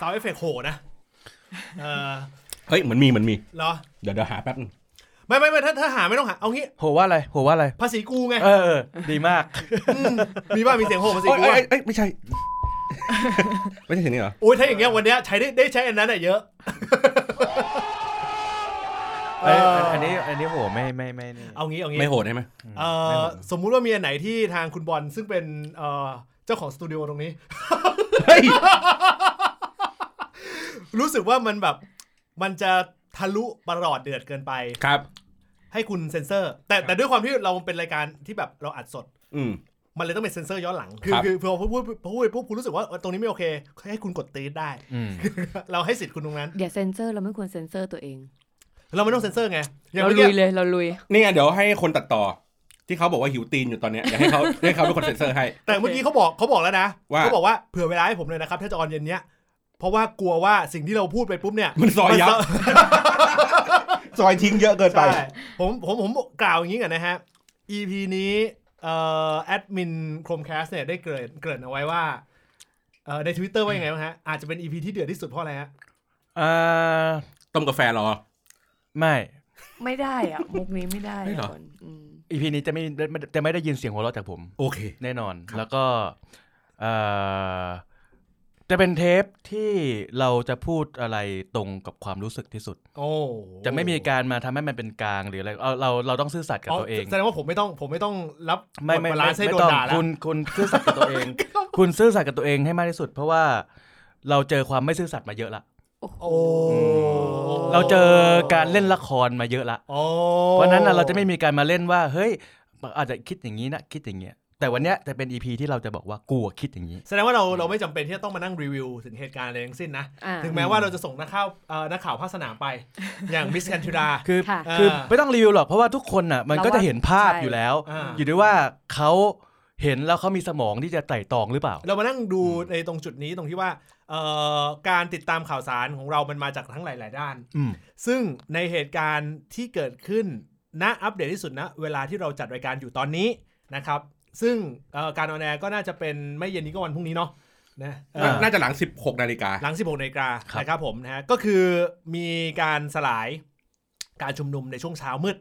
สาวเอฟเฟกต์โหนะเออ เฮ้ยเหมือนมีเหมือนมี เหรอ เดี๋ยวเดี๋ยวหาแป๊บนึง ไม่ไม่ไม่ถ้าถ้าหาไม่ต้องหา เอางี้ โหว่าอะไรโหว่าอะไร ภาษีกูไง เออ ดีมาก มีบ้างมีเสียงโหภาษีกูเอ้ยอะเอ้ยเอ้ยเอ้ยไม่ใช่ ไม่ใช่เสียงนี้เหรอ โอ้ยถ้าอย่างเงี้ยวันเนี้ยใช้ได้ได้ใช้อันนั้นอะเยอะ เอ้ยอันอันนี้อันนี้โหไม่ไม่ไม่นี่ เอางี้เอางี้ ไม่โหดใช่ไหม เอ่อสมมุติว่ามีอันไหนที่ทางคุณบอลซึ่งเป็นเอ่อเจ้าของสตูดิโอตรงนี้ เฮ้ย รู้สึกว่ามันแบบมันจะทะลุประหลอดเดือดเกินไป ครับ ให้คุณเซ็นเซอร์ แต่แต่ด้วยความที่เราเป็นรายการที่แบบเราอัดสด อืม มันเลยต้องเป็นเซ็นเซอร์ย้อนหลัง คือ ครับ คือพอพูดพูดพอพูดปุ๊บคุณรู้สึกว่าตรงนี้ไม่โอเค ให้คุณกดตีดได้ อืม เราให้สิทธิ์คุณตรงนั้น อย่าเซ็นเซอร์เราไม่ควรเซ็นเซอร์ตัวเอง เราไม่ต้องเซ็นเซอร์ไงอย่าง เราลุเมื่อกี้ ยเลยเราลุย นี่ไงเดี๋ยวให้คนตัดต่อ ที่เขาบอกว่าหิวตีนอยู่ตอนเนี้ยอยากให้เขา ให้เขาเป็นคนเซ็นเซอร์ให้ แต่เมื่อกี้เขาบอกเขาบอกแล้วนะ ว่า เขาบอกว่าเผื่อเวลาให้ผมเลยนะครับถ้าจะออนเย็นเนี้ยเพราะว่ากลัวว่าสิ่งที่เราพูดไปปุ๊บเนี่ย มันซอยยับ มันซ ซอยทิ้งเยอะเกินไป ใช่ผมผมผมผมกล่าวอย่างนี้ก่อนนะฮะ EP นี้เอ่อแอดมิน Chromecast เนี่ยได้เกริ่นเกริ่นเอาไว้ว่าเอ่อใน Twitter ว่ายังไงบ้างฮะอาจจะเป็น EP ที่เดือดที่สุดเพราะอะไรฮะ อ่า ต้มกาแฟรอ ไม่ ไม่ได้อ่ะ มุกนี้ไม่ได้ ไม่เหรอ คนอืม อีพีนี้จะไม่ไม่จะไม่ได้ยินเสียงหัวเราะจากผม โอเค แน่นอน แล้วก็เอ่อจะเป็นเทปที่เราจะพูดอะไรตรงกับความรู้สึกที่สุด โอ้ จะไม่มีการมาทำให้มันเป็นกลางหรืออะไรเอาเราเราต้องซื่อสัตย์กับตัวเอง แสดงว่าผมไม่ต้องผมไม่ต้องรับ ไม่ไม่ บทบา ไม่ ลานซ์ให้ ไม่ โดนต้อง ด่าแล้ว คุณคุณซื่อสัตย์กับตัวเอง คุณซื่อสัตย์กับตัวเองให้มากที่สุด เพราะว่าเราเจอความไม่ซื่อสัตย์มาเยอะละ โอ้โห โอ้ เราเจอการเล่นละครมาเยอะละ โอ้ เพราะฉะนั้นน่ะเราจะไม่มีการมาเล่นว่า เฮ้ย อาจจะคิดอย่างนี้นะคิดอย่างเงี้ยแต่วันเนี้ยจะเป็นอีพีที่เราจะบอกว่ากูอะคิดอย่างนี้ แสดงว่าเราเราไม่จำเป็นที่จะต้องมานั่งรีวิวถึงเหตุการณ์อะไรทั้งสิ้นนะ อ่า ถึงแม้ว่าเราจะส่งนักข่าวเอ่อนักข่าวภาคสนามไป อย่างมิสแคนทูดา คือ ค่ะ คืออา ไม่ต้องรีวิวหรอกเพราะว่าทุกคนน่ะมันก็จะเห็นภาพ ใช่ อยู่แล้ว อ่า อยู่ด้วยว่าเขาเห็นแล้วเขามีสมองที่จะไต่ตองหรือเปล่า เรามานั่งดูในตรงจุดนี้ตรงที่ว่าเอ่อการติดตามข่าวสารของเรามันมาจากทั้งหลาย ๆ ด้าน อืม ซึ่งในเหตุการณ์ที่เกิดขึ้นณอัปเดตที่สุดนะเวลาที่เราจัดรายการอยู่ตอนนี้นะครับ ซึ่งเอ่อการออนแอร์ก็น่าจะเป็นไม่เย็นนี้ก็วันพรุ่งนี้เนาะนะเอ่อ อ่า น่าจะหลัง 16 นาฬิกา หลัง 16นาฬิกา ครับ นะครับผมนะฮะก็คือมีการสลายการชุมนุมในช่วงเช้ามืด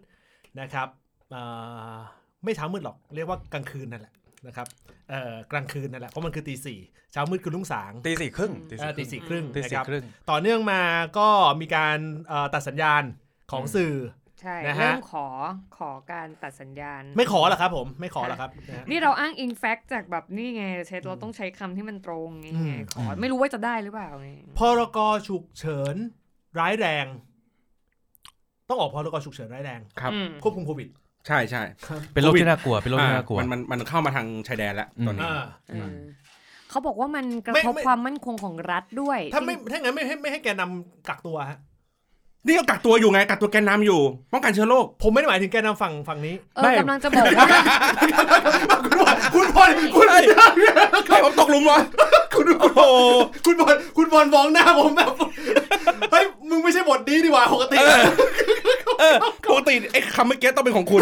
นะครับเอ่อไม่เช้ามืดหรอก เรียกว่ากลางคืนนั่นแหละนะครับเอ่อกลางคืนนั่นแหละเพราะมันคือตีสี่เช้ามืดคือรุ่งสาง ตีสี่ครึ่ง เอ่อตีสี่ครึ่ง ตี นะ สี่ ครับ ครึ่ง ต่อเนื่องมาก็มีการเอ่อตัดสัญญาณของ อืม สื่อ ใช่ นะฮะ เริ่มขอขอการตัดสัญญาณ ไม่ขอหรอกครับผมไม่ขอหรอกครับนะฮะ นี่เราอ้างอิงแฟกต์จากแบบนี่ไงเชดเราต้องใช้คำที่มันตรงไง อืม ขอไม่รู้ว่าจะได้หรือเปล่าไง พรกฉุกเฉินร้ายแรง ต้องออกพรกฉุกเฉินร้ายแรง ครับ อืม ควบคุมโควิด ใช่ใช่ เป็นโรคที่น่ากลัวเป็นโรคที่น่ากลัว อ่ามันมันมันเข้ามาทางชายแดนแล้วตอนนี้ อ่า เออเขาบอกว่ามันกระ ไม่ ทบ ไม่ ความมั่นคงของรัฐด้วย ถ้าไม่ จริง ถ้างั้นไม่ให้ไม่ให้แกนนำกักตัวฮะ นี่ก็กักตัวอยู่ไงกักตัวแกนนำอยู่ ป้องกันเชื้อโรค ผมไม่ได้หมายถึงแกนนำฝั่งฝั่งนี้ เออ ไม่ กำลังจะบอกว่า คุณบอลคุณบอลคุณบอล ใครผมตกหลุมวะ คุณบอลคุณบอลคุณบอลมองหน้าผมแบบ เฮ้ยมึงไม่ใช่บทนี้ดีกว่าปกติ เออเออปกติไอ้คำเมื่อกี้ต้องเป็นของคุณ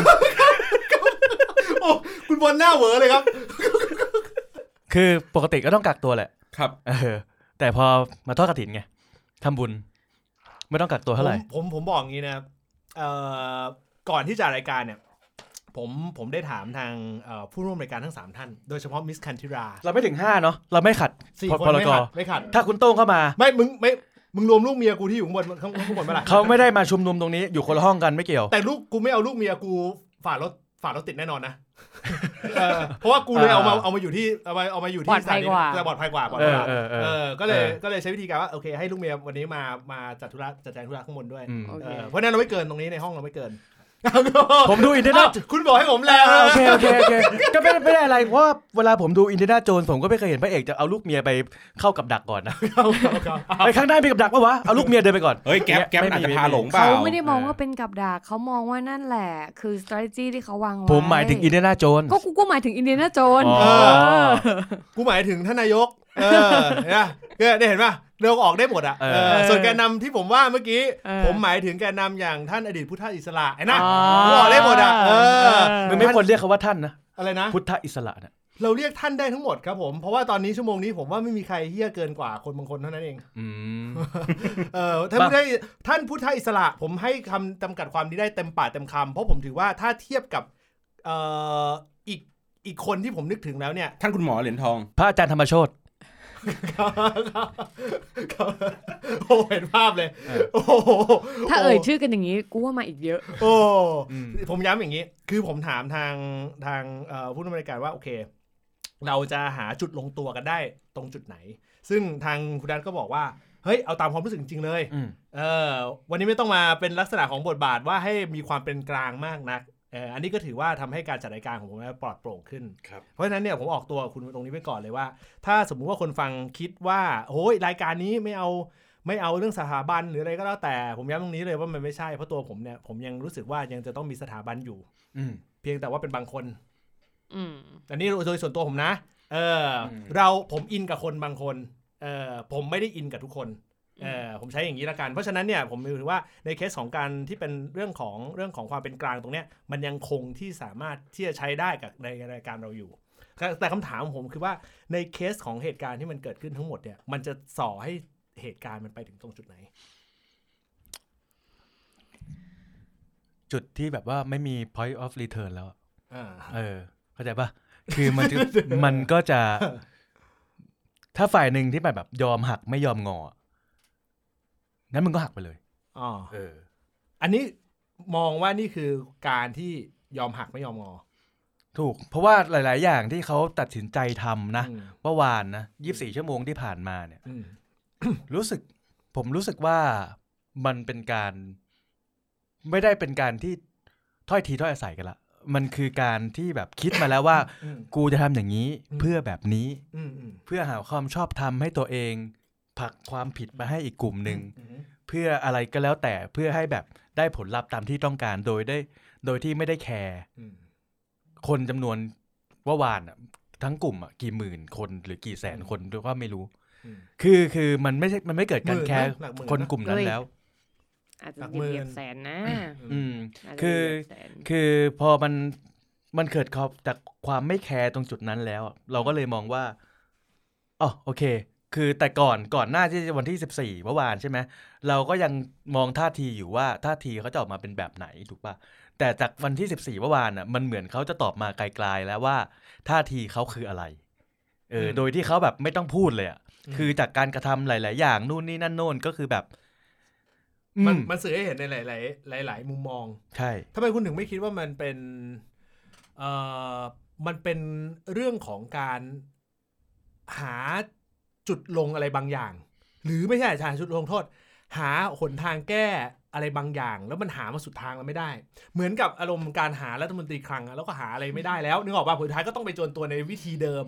โอ้คุณบอลหน้าเหวอเลยครับ คือปกติก็ต้องกักตัวแหละ ครับ เออแต่พอมาทอดกระถินไงทำบุญ ไม่ต้องกักตัวเท่าไหร่ ผมผมผมบอกอย่างนี้นะครับเอ่อก่อนที่จะรายการเนี่ย ผมผมได้ถามทางเอ่อผู้ร่วมรายการทั้ง 3 ท่าน โดยเฉพาะมิสคันธิรา เราไม่ถึงห้าเนาะเราไม่ขัด สี่ พ คน พล ไม่ ก ขัดไม่ขัด ถ้าคุณโต้งเข้ามา ไม่มึงไม่มึงรวมลูกเมียกูที่อยู่ข้างบนข้างข้างบนเมื่อไหร่ เขาไม่ได้มาชุมนุมตรงนี้อยู่คนละห้องกันไม่เกี่ยว แต่ลูกกูไม่เอาลูกเมียกูฝ่ารถฝ่ารถติดแน่นอนนะเออเพราะว่ากูเลยเอามาเอามาอยู่ที่เอามาเอามาอยู่ที่ ปลอดภัยกว่า จะปลอดภัยกว่าปลอด เอ ภัย อก ว่า เออเออ เออก็เลย เออ ก็เลยใช้วิธีการว่าโอเคให้ลูกเมียวันนี้มามาจัดธุระจัดแจงธุระข้างบนด้วย อืม โอเค เออเพราะฉะนั้นเราไม่เกินตรงนี้ในห้องเราไม่เกิ น ผมดูอินเดีย อ้าวคุณบอกให้ผมแล้ว โอเคโอเคโอเคก็ไม่ไม่ได้อะไรเพราะว่าเวลาผมดูอินเดียโจนผมก็ไม่เคยเห็นพระเอกจะเอาลูกเมียไปเข้ากับดักก่อนนะ เอาเอาเอาเอา ไอ้ข้างหน้ามีกับดักปะวะเอาลูกเมียเดินไปก่อน เฮ้ยแก๊ปแก๊ปมันอาจจะพาหลงเปล่า เขาไม่ได้มองว่าเป็นกับดักเขามองว่านั่นแหละ คือ strategy ที่เขาวางไว้ ผมหมายถึงอินเดียโจน ก็กูก็หมายถึงอินเดียนาโจน อ๋อ เออ กูหมายถึงท่านนายก เออเห็นปะเนี่ยเนี่ยเห็นป่ะเราออกได้หมดอ่ะ เออ เออส่วนแกนนำที่ผมว่าเมื่อกี้ เออ ผมหมายถึงแกนนำอย่างท่านอดีตพุทธอิสระไอ้นะ อ๋ บอกได้หมดอะเออ มึงไม่ควรเรียกเขาว่าท่านนะ อะไรนะ พุทธอิสระนะ เราเรียกท่านได้ทั้งหมดครับผม เพราะว่าตอนนี้ชั่วโมงนี้ผมว่าไม่มีใครเฮี้ยเกินกว่าคนบางคนเท่านั้นเอง อืม เออท่านผู้ได้ท่านผู้ไทยอิสระผมให้คำจำกัดความนี้ได้เต็มปากเต็มคำเพราะผมถือว่าถ้าเทียบกับเอ่ออีกอีกคนที่ผมนึกถึงแล้วเนี่ย ท่านคุณหมอเหรียญทอง พระอาจารย์ธรรมโชต โอ้เห็นภาพเลย เออ โอ้โห ถ้าเอ่ยชื่อกันอย่างนี้กูว่ามาอีกเยอะ โอ้ อืม ผมย้ำอย่างนี้ คือผมถามทางทางเอ่อผู้ดำเนินการว่า โอเค เราจะหาจุดลงตัวกันได้ตรงจุดไหน ซึ่งทางคุณดันก็บอกว่า เฮ้ย เอาตามความรู้สึกจริงๆเลย อืม เออวันนี้ไม่ต้องมาเป็นลักษณะของบทบาทว่าให้มีความเป็นกลางมากนักเอออันนี้ก็ถือว่าทำให้การจัดรายการของผมเนี่ยปลอดโปร่งขึ้น ครับ เพราะฉะนั้นเนี่ยผมออกตัวกับคุณตรงนี้ไปก่อนเลยว่า ถ้าสมมุติว่าคนฟังคิดว่าโอ้ยรายการนี้ไม่เอาไม่เอาเรื่องสถาบันหรืออะไรก็แล้วแต่ผมย้ำตรงนี้เลยว่ามันไม่ใช่เพราะตัวผมเนี่ยผมยังรู้สึกว่ายังจะต้องมีสถาบันอยู่ อืม เพียงแต่ว่าเป็นบางคน อืม อันนี้โดยส่วนตัวผมนะ เอออ ม เราผมอินกับคนบางคน เออผมไม่ได้อินกับทุกคน เออผมใช้อย่างนี้ละกัน เพราะฉะนั้นเนี่ยผมถือว่าในเคสของการที่เป็นเรื่องของเรื่องของความเป็นกลางตรงเนี้ยมันยังคงที่สามารถที่จะใช้ได้กับในรายการเราอยู่ แต่แต่คำถามของผมคือว่าในเคสของเหตุการณ์ที่มันเกิดขึ้นทั้งหมดเนี่ยมันจะส่อให้เหตุการณ์มันไปถึงตรงจุดไหน จุดที่แบบว่าไม่มี point of return แล้วอะ อ่า เออ เข้าใจปะคือมันจะ มันก็จะ ถ้าฝ่ายหนึ่งที่แบบแบบยอมหักไม่ยอมงออะงั้นมึงก็หักไปเลย อ๋อ เออ อันนี้มองว่านี่คือการที่ยอมหักไม่ยอมงอ ถูก เพราะว่าหลาย ๆ อย่างที่เขาตัดสินใจทำนะ อืม เมื่อวานนะยี่สี่ชั่วโมงที่ผ่านมาเนี่ย อืม รู้สึก ผมรู้สึกว่ามันเป็นการ ไม่ได้เป็นการที่ถ้อยทีถ้อยอาศัยกันละ มันคือการที่แบบคิดมาแล้วว่า อืม กูจะทำอย่างนี้ อืม เพื่อแบบนี้ อืมอืม เพื่อหาความชอบธรรมให้ตัวเองผลักความผิดมาให้อีกกลุ่มหนึ่ง อืม เพื่ออะไรก็แล้วแต่เพื่อให้แบบได้ผลลัพธ์ตามที่ต้องการโดยได้ โดยที่ไม่ได้แคร์ อืม คนจำนวนว่าวานอะทั้งกลุ่มอะกี่หมื่นคนหรือกี่แสนคนด้วยว่าไม่รู้ อืม คือคือมันไม่ใช่มันไม่เกิดกา ห ร มื่น แคร์ นะหลักหมื่นนะ คนกลุ่มนั้นเฮ้ย แล้ว อาจจะ หลัก เห หมื่น ยียบแสนนะ อืม าจจะ คือ เหยียบแสน คือพอมันมันเกิดขอบจากความไม่แคร์ตรงจุดนั้นแล้วอะเราก็เลยมองว่าอ๋อโอเค คือแต่ก่อนก่อนหน้าที่จะวันที่ 14เมื่อวานใช่ไหมเราก็ยังมองท่าทีอยู่ว่าท่าทีเขาจะออกมาเป็นแบบไหนถูกปะแต่จากวันที่ 14เมื่อวานอ่ะมันเหมือนเขาจะตอบมาไกลๆแล้วว่า ท่าทีเขาคืออะไรเออ อืม โดยที่เขาแบบไม่ต้องพูดเลยอ่ะ อืม คือจากการกระทำหลาย ๆ อย่างนู่นนี่นั่นโน่นก็คือแบบอื มัน ม มันสื่อให้เห็นในหลาย ๆ หลาย ๆ มุมมอง ใช่ ทำไมคุณถึงไม่คิดว่ามันเป็นเอ่อมันเป็นเรื่องของการหาจุดลงอะไรบางอย่าง หรือไม่ใช่หาจุดลงโทษ หาหนทางแก้อะไรบางอย่าง แล้วมันหามาสุดทางแล้วไม่ได้ เหมือนกับอารมณ์การหารัฐมนตรีคลังอะแล้วก็หาอะไรไม่ได้แล้วนึกออกป่ะผลสุดท้ายก็ต้องไปจวนตัวในวิธีเดิม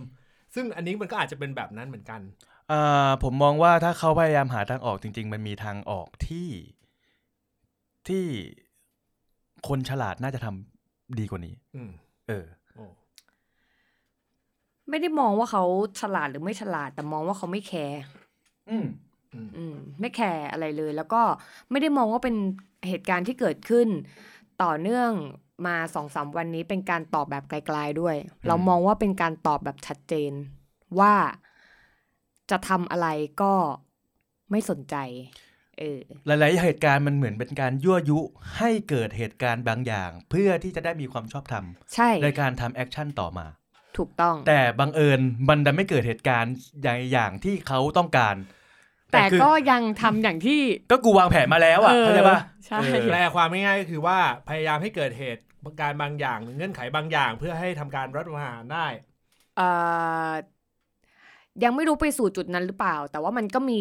ซึ่งอันนี้มันก็อาจจะเป็นแบบนั้นเหมือนกัน อ่าผมมองว่าถ้าเขาพยายามหาทางออกจริง ๆ มันมีทางออกที่ที่คนฉลาดน่าจะทำดีกว่านี้ อืม เออ โอ้ ไม่ได้มองว่าเขาฉลาดหรือไม่ฉลาด แต่มองว่าเขาไม่แคร์ อืม อืม อืมไม่แคร์อะไรเลย แล้วก็ไม่ได้มองว่าเป็นเหตุการณ์ที่เกิดขึ้น ต่อเนื่องมาสองสามวันนี้เป็นการตอบแบบไกลๆด้วย ม เรามองว่าเป็นการตอบแบบชัดเจน ว่าจะทำอะไรก็ไม่สนใจเออ หลายๆเหตุการณ์มันเหมือนเป็นการยั่วยุให้เกิดเหตุการณ์บางอย่าง เพื่อที่จะได้มีความชอบธรรม ใช่ ในการทำแอคชั่นต่อมา ถูกต้อง แต่บังเอิญมันดันไม่เกิดเหตุการณ์ใหญ่อย่างที่เขาต้องการ แต่ คือ ก็ยังทำอย่างที่ ก็กูวางแผนมาแล้วอ่ะ เออ เข้าใจปะ ใช่ เออ แปลความง่ายๆก็คือว่าพยายามให้เกิดเหตุการณ์บางอย่างหรือเงื่อนไขบางอย่าง เพื่อให้ทำการรัฐประหารได้ เอ่อยังไม่รู้ไปสู่จุดนั้นหรือเปล่า แต่ว่ามันก็มี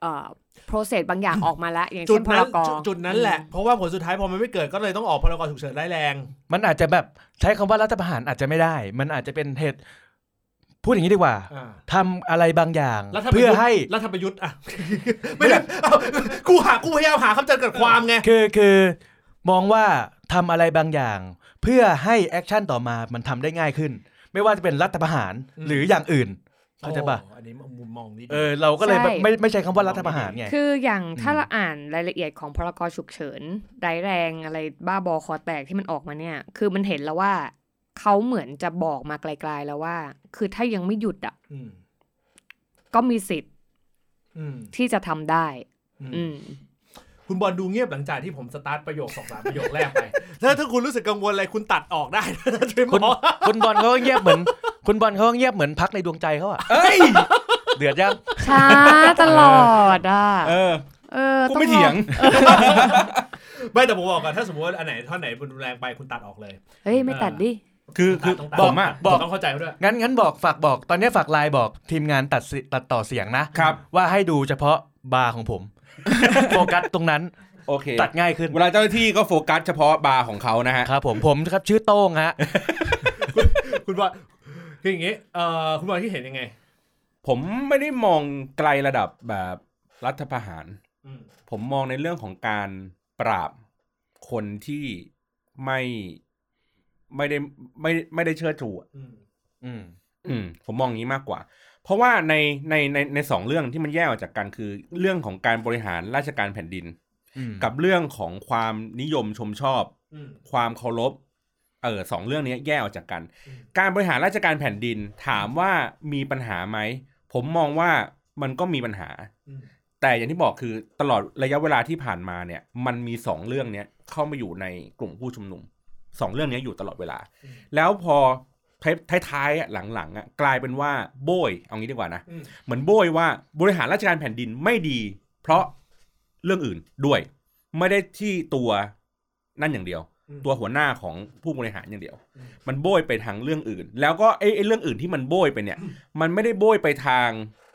เอ่อ process บางอย่างออกมาแล้วอย่าง จุ เช่ ด นพ นั้ ร น ก จุดจุดนั้นแหละ เพราะว่าผลสุดท้ายพอมันไม่เกิดก็เลยต้องออกพรกฉุกเฉินร้ายแรง มันอาจจะแบบใช้คำว่ารัฐประหารอาจจะไม่ได้ มันอาจจะเป็นเหตุพูดอย่างนี้ดีกว่า อ่า ทำอะไรบางอย่าง รัฐประยุทธ์ เพื่อให้ รัฐประยุทธ์อ่ะ ไม่ได้เอ้ากูหากูพยายามหาคำจำกัดความไง คือคือมองว่าทำอะไรบางอย่าง เพื่อให้แอคชั่นต่อมามันทำได้ง่ายขึ้น ไม่ว่าจะเป็นรัฐประหารหรืออย่างอื่น เข้าใจปะ โอ้อันนี้มุมมองนี้ดี เออเราก็เลย ใช่ แบบไม่ไม่ใช้คำว่ารัฐประหารไง คืออย่างถ้า อืม เราอ่านรายละเอียดของพรกฉุกเฉินร้ายแรงอะไรบ้าบอคอแตกที่มันออกมาเนี่ย คือมันเห็นแล้วว่า ค เขาเหมือนจะบอกมาไกลๆแล้วว่า คือถ้ายังไม่หยุดอ่ะ อืม ก็มีสิทธิ์ อืม ที่จะทำได้ อืม อืม คุณบอลดูเงียบหลังจากที่ผมสตาร์ทประโยคสองสามประโยคแรกไป ถ้าถ้าคุณรู้สึกกังวลอะไรคุณตัดออกได้ นะช่วยบ คุณ อก คุณบอลเขาก็เงียบเหมือน คุณบอลเขาก็เงียบเหมือนพักในดวงใจเขาอะ เอ้ย เดือดยัง ช้าตลอดอ่ะ เออ เออ กู ต้อง ไม่เถียง ลอ ไม่แต่ผมบอกก่อนถ้าสมมติว่าอันไหนท่อนไหนมันรุนแรงไปคุณตัดออกเลย เฮ้ย ไม่ตัดดิ คือ คื คือ อ บบ อ อก มอ่ะ บบ อ อก ก ต้องเข้าใจเขาด้วย งั้นงั้นบอกฝากบอกตอนนี้ฝากไลน์บอกทีมงานตัดสิตัดต่อเสียงนะครับ ว่าให้ดูเฉพาะบาร์ของผม โฟกัสตรงนั้น โอเค ตัดง่ายขึ้น เวลาเจ้าหน้าที่ก็โฟกัสเฉพาะบาร์ของเขานะฮะ ครับผมผมครับชื่อโต้งฮะ คุณบอลคืออย่างงี้เอ่อคุณบอลที่เห็นยังไง ผมไม่ได้มองไกลระดับแบบรัฐประหาร อืม ผมมองในเรื่องของการปราบคนที่ไม่ไม่ได้ไม่ไม่ได้เชื่อจูอะ อืม อืม อืม ผมมองอย่างนี้มากกว่า เพราะว่าในในในในสองเรื่องที่มันแยกออกจากกันคือ เรื่องของการบริหารราชการแผ่นดิน อืม กับเรื่องของความนิยมชมชอบ อืม ความเคารพ เออสองเรื่องนี้แยกออกจากกัน อืม การบริหารราชการแผ่นดินถามว่ามีปัญหาไหม ผมมองว่ามันก็มีปัญหา อืม แต่อย่างที่บอกคือตลอดระยะเวลาที่ผ่านมาเนี่ย มันมีสองเรื่องเนี้ยเข้ามาอยู่ในกลุ่มผู้ชุมนุมสองเรื่องเนี้ยอยู่ตลอดเวลา แล้วพอท้ายท้ายๆอะหลังๆอะกลายเป็นว่าโบยเอางี้ดีกว่านะ อืม เหมือนโบยว่าบริหารราชการแผ่นดินไม่ดี เพราะเรื่องอื่นด้วย ไม่ได้ที่ตัวนั่นอย่างเดียว อืม ตัวหัวหน้าของผู้บริหารอย่างเดียว อืม มันโบยไปทางเรื่องอื่น แล้วก็ไอ้ไอ้เรื่องอื่นที่มันโบยไปเนี่ย มันไม่ได้โบยไปทาง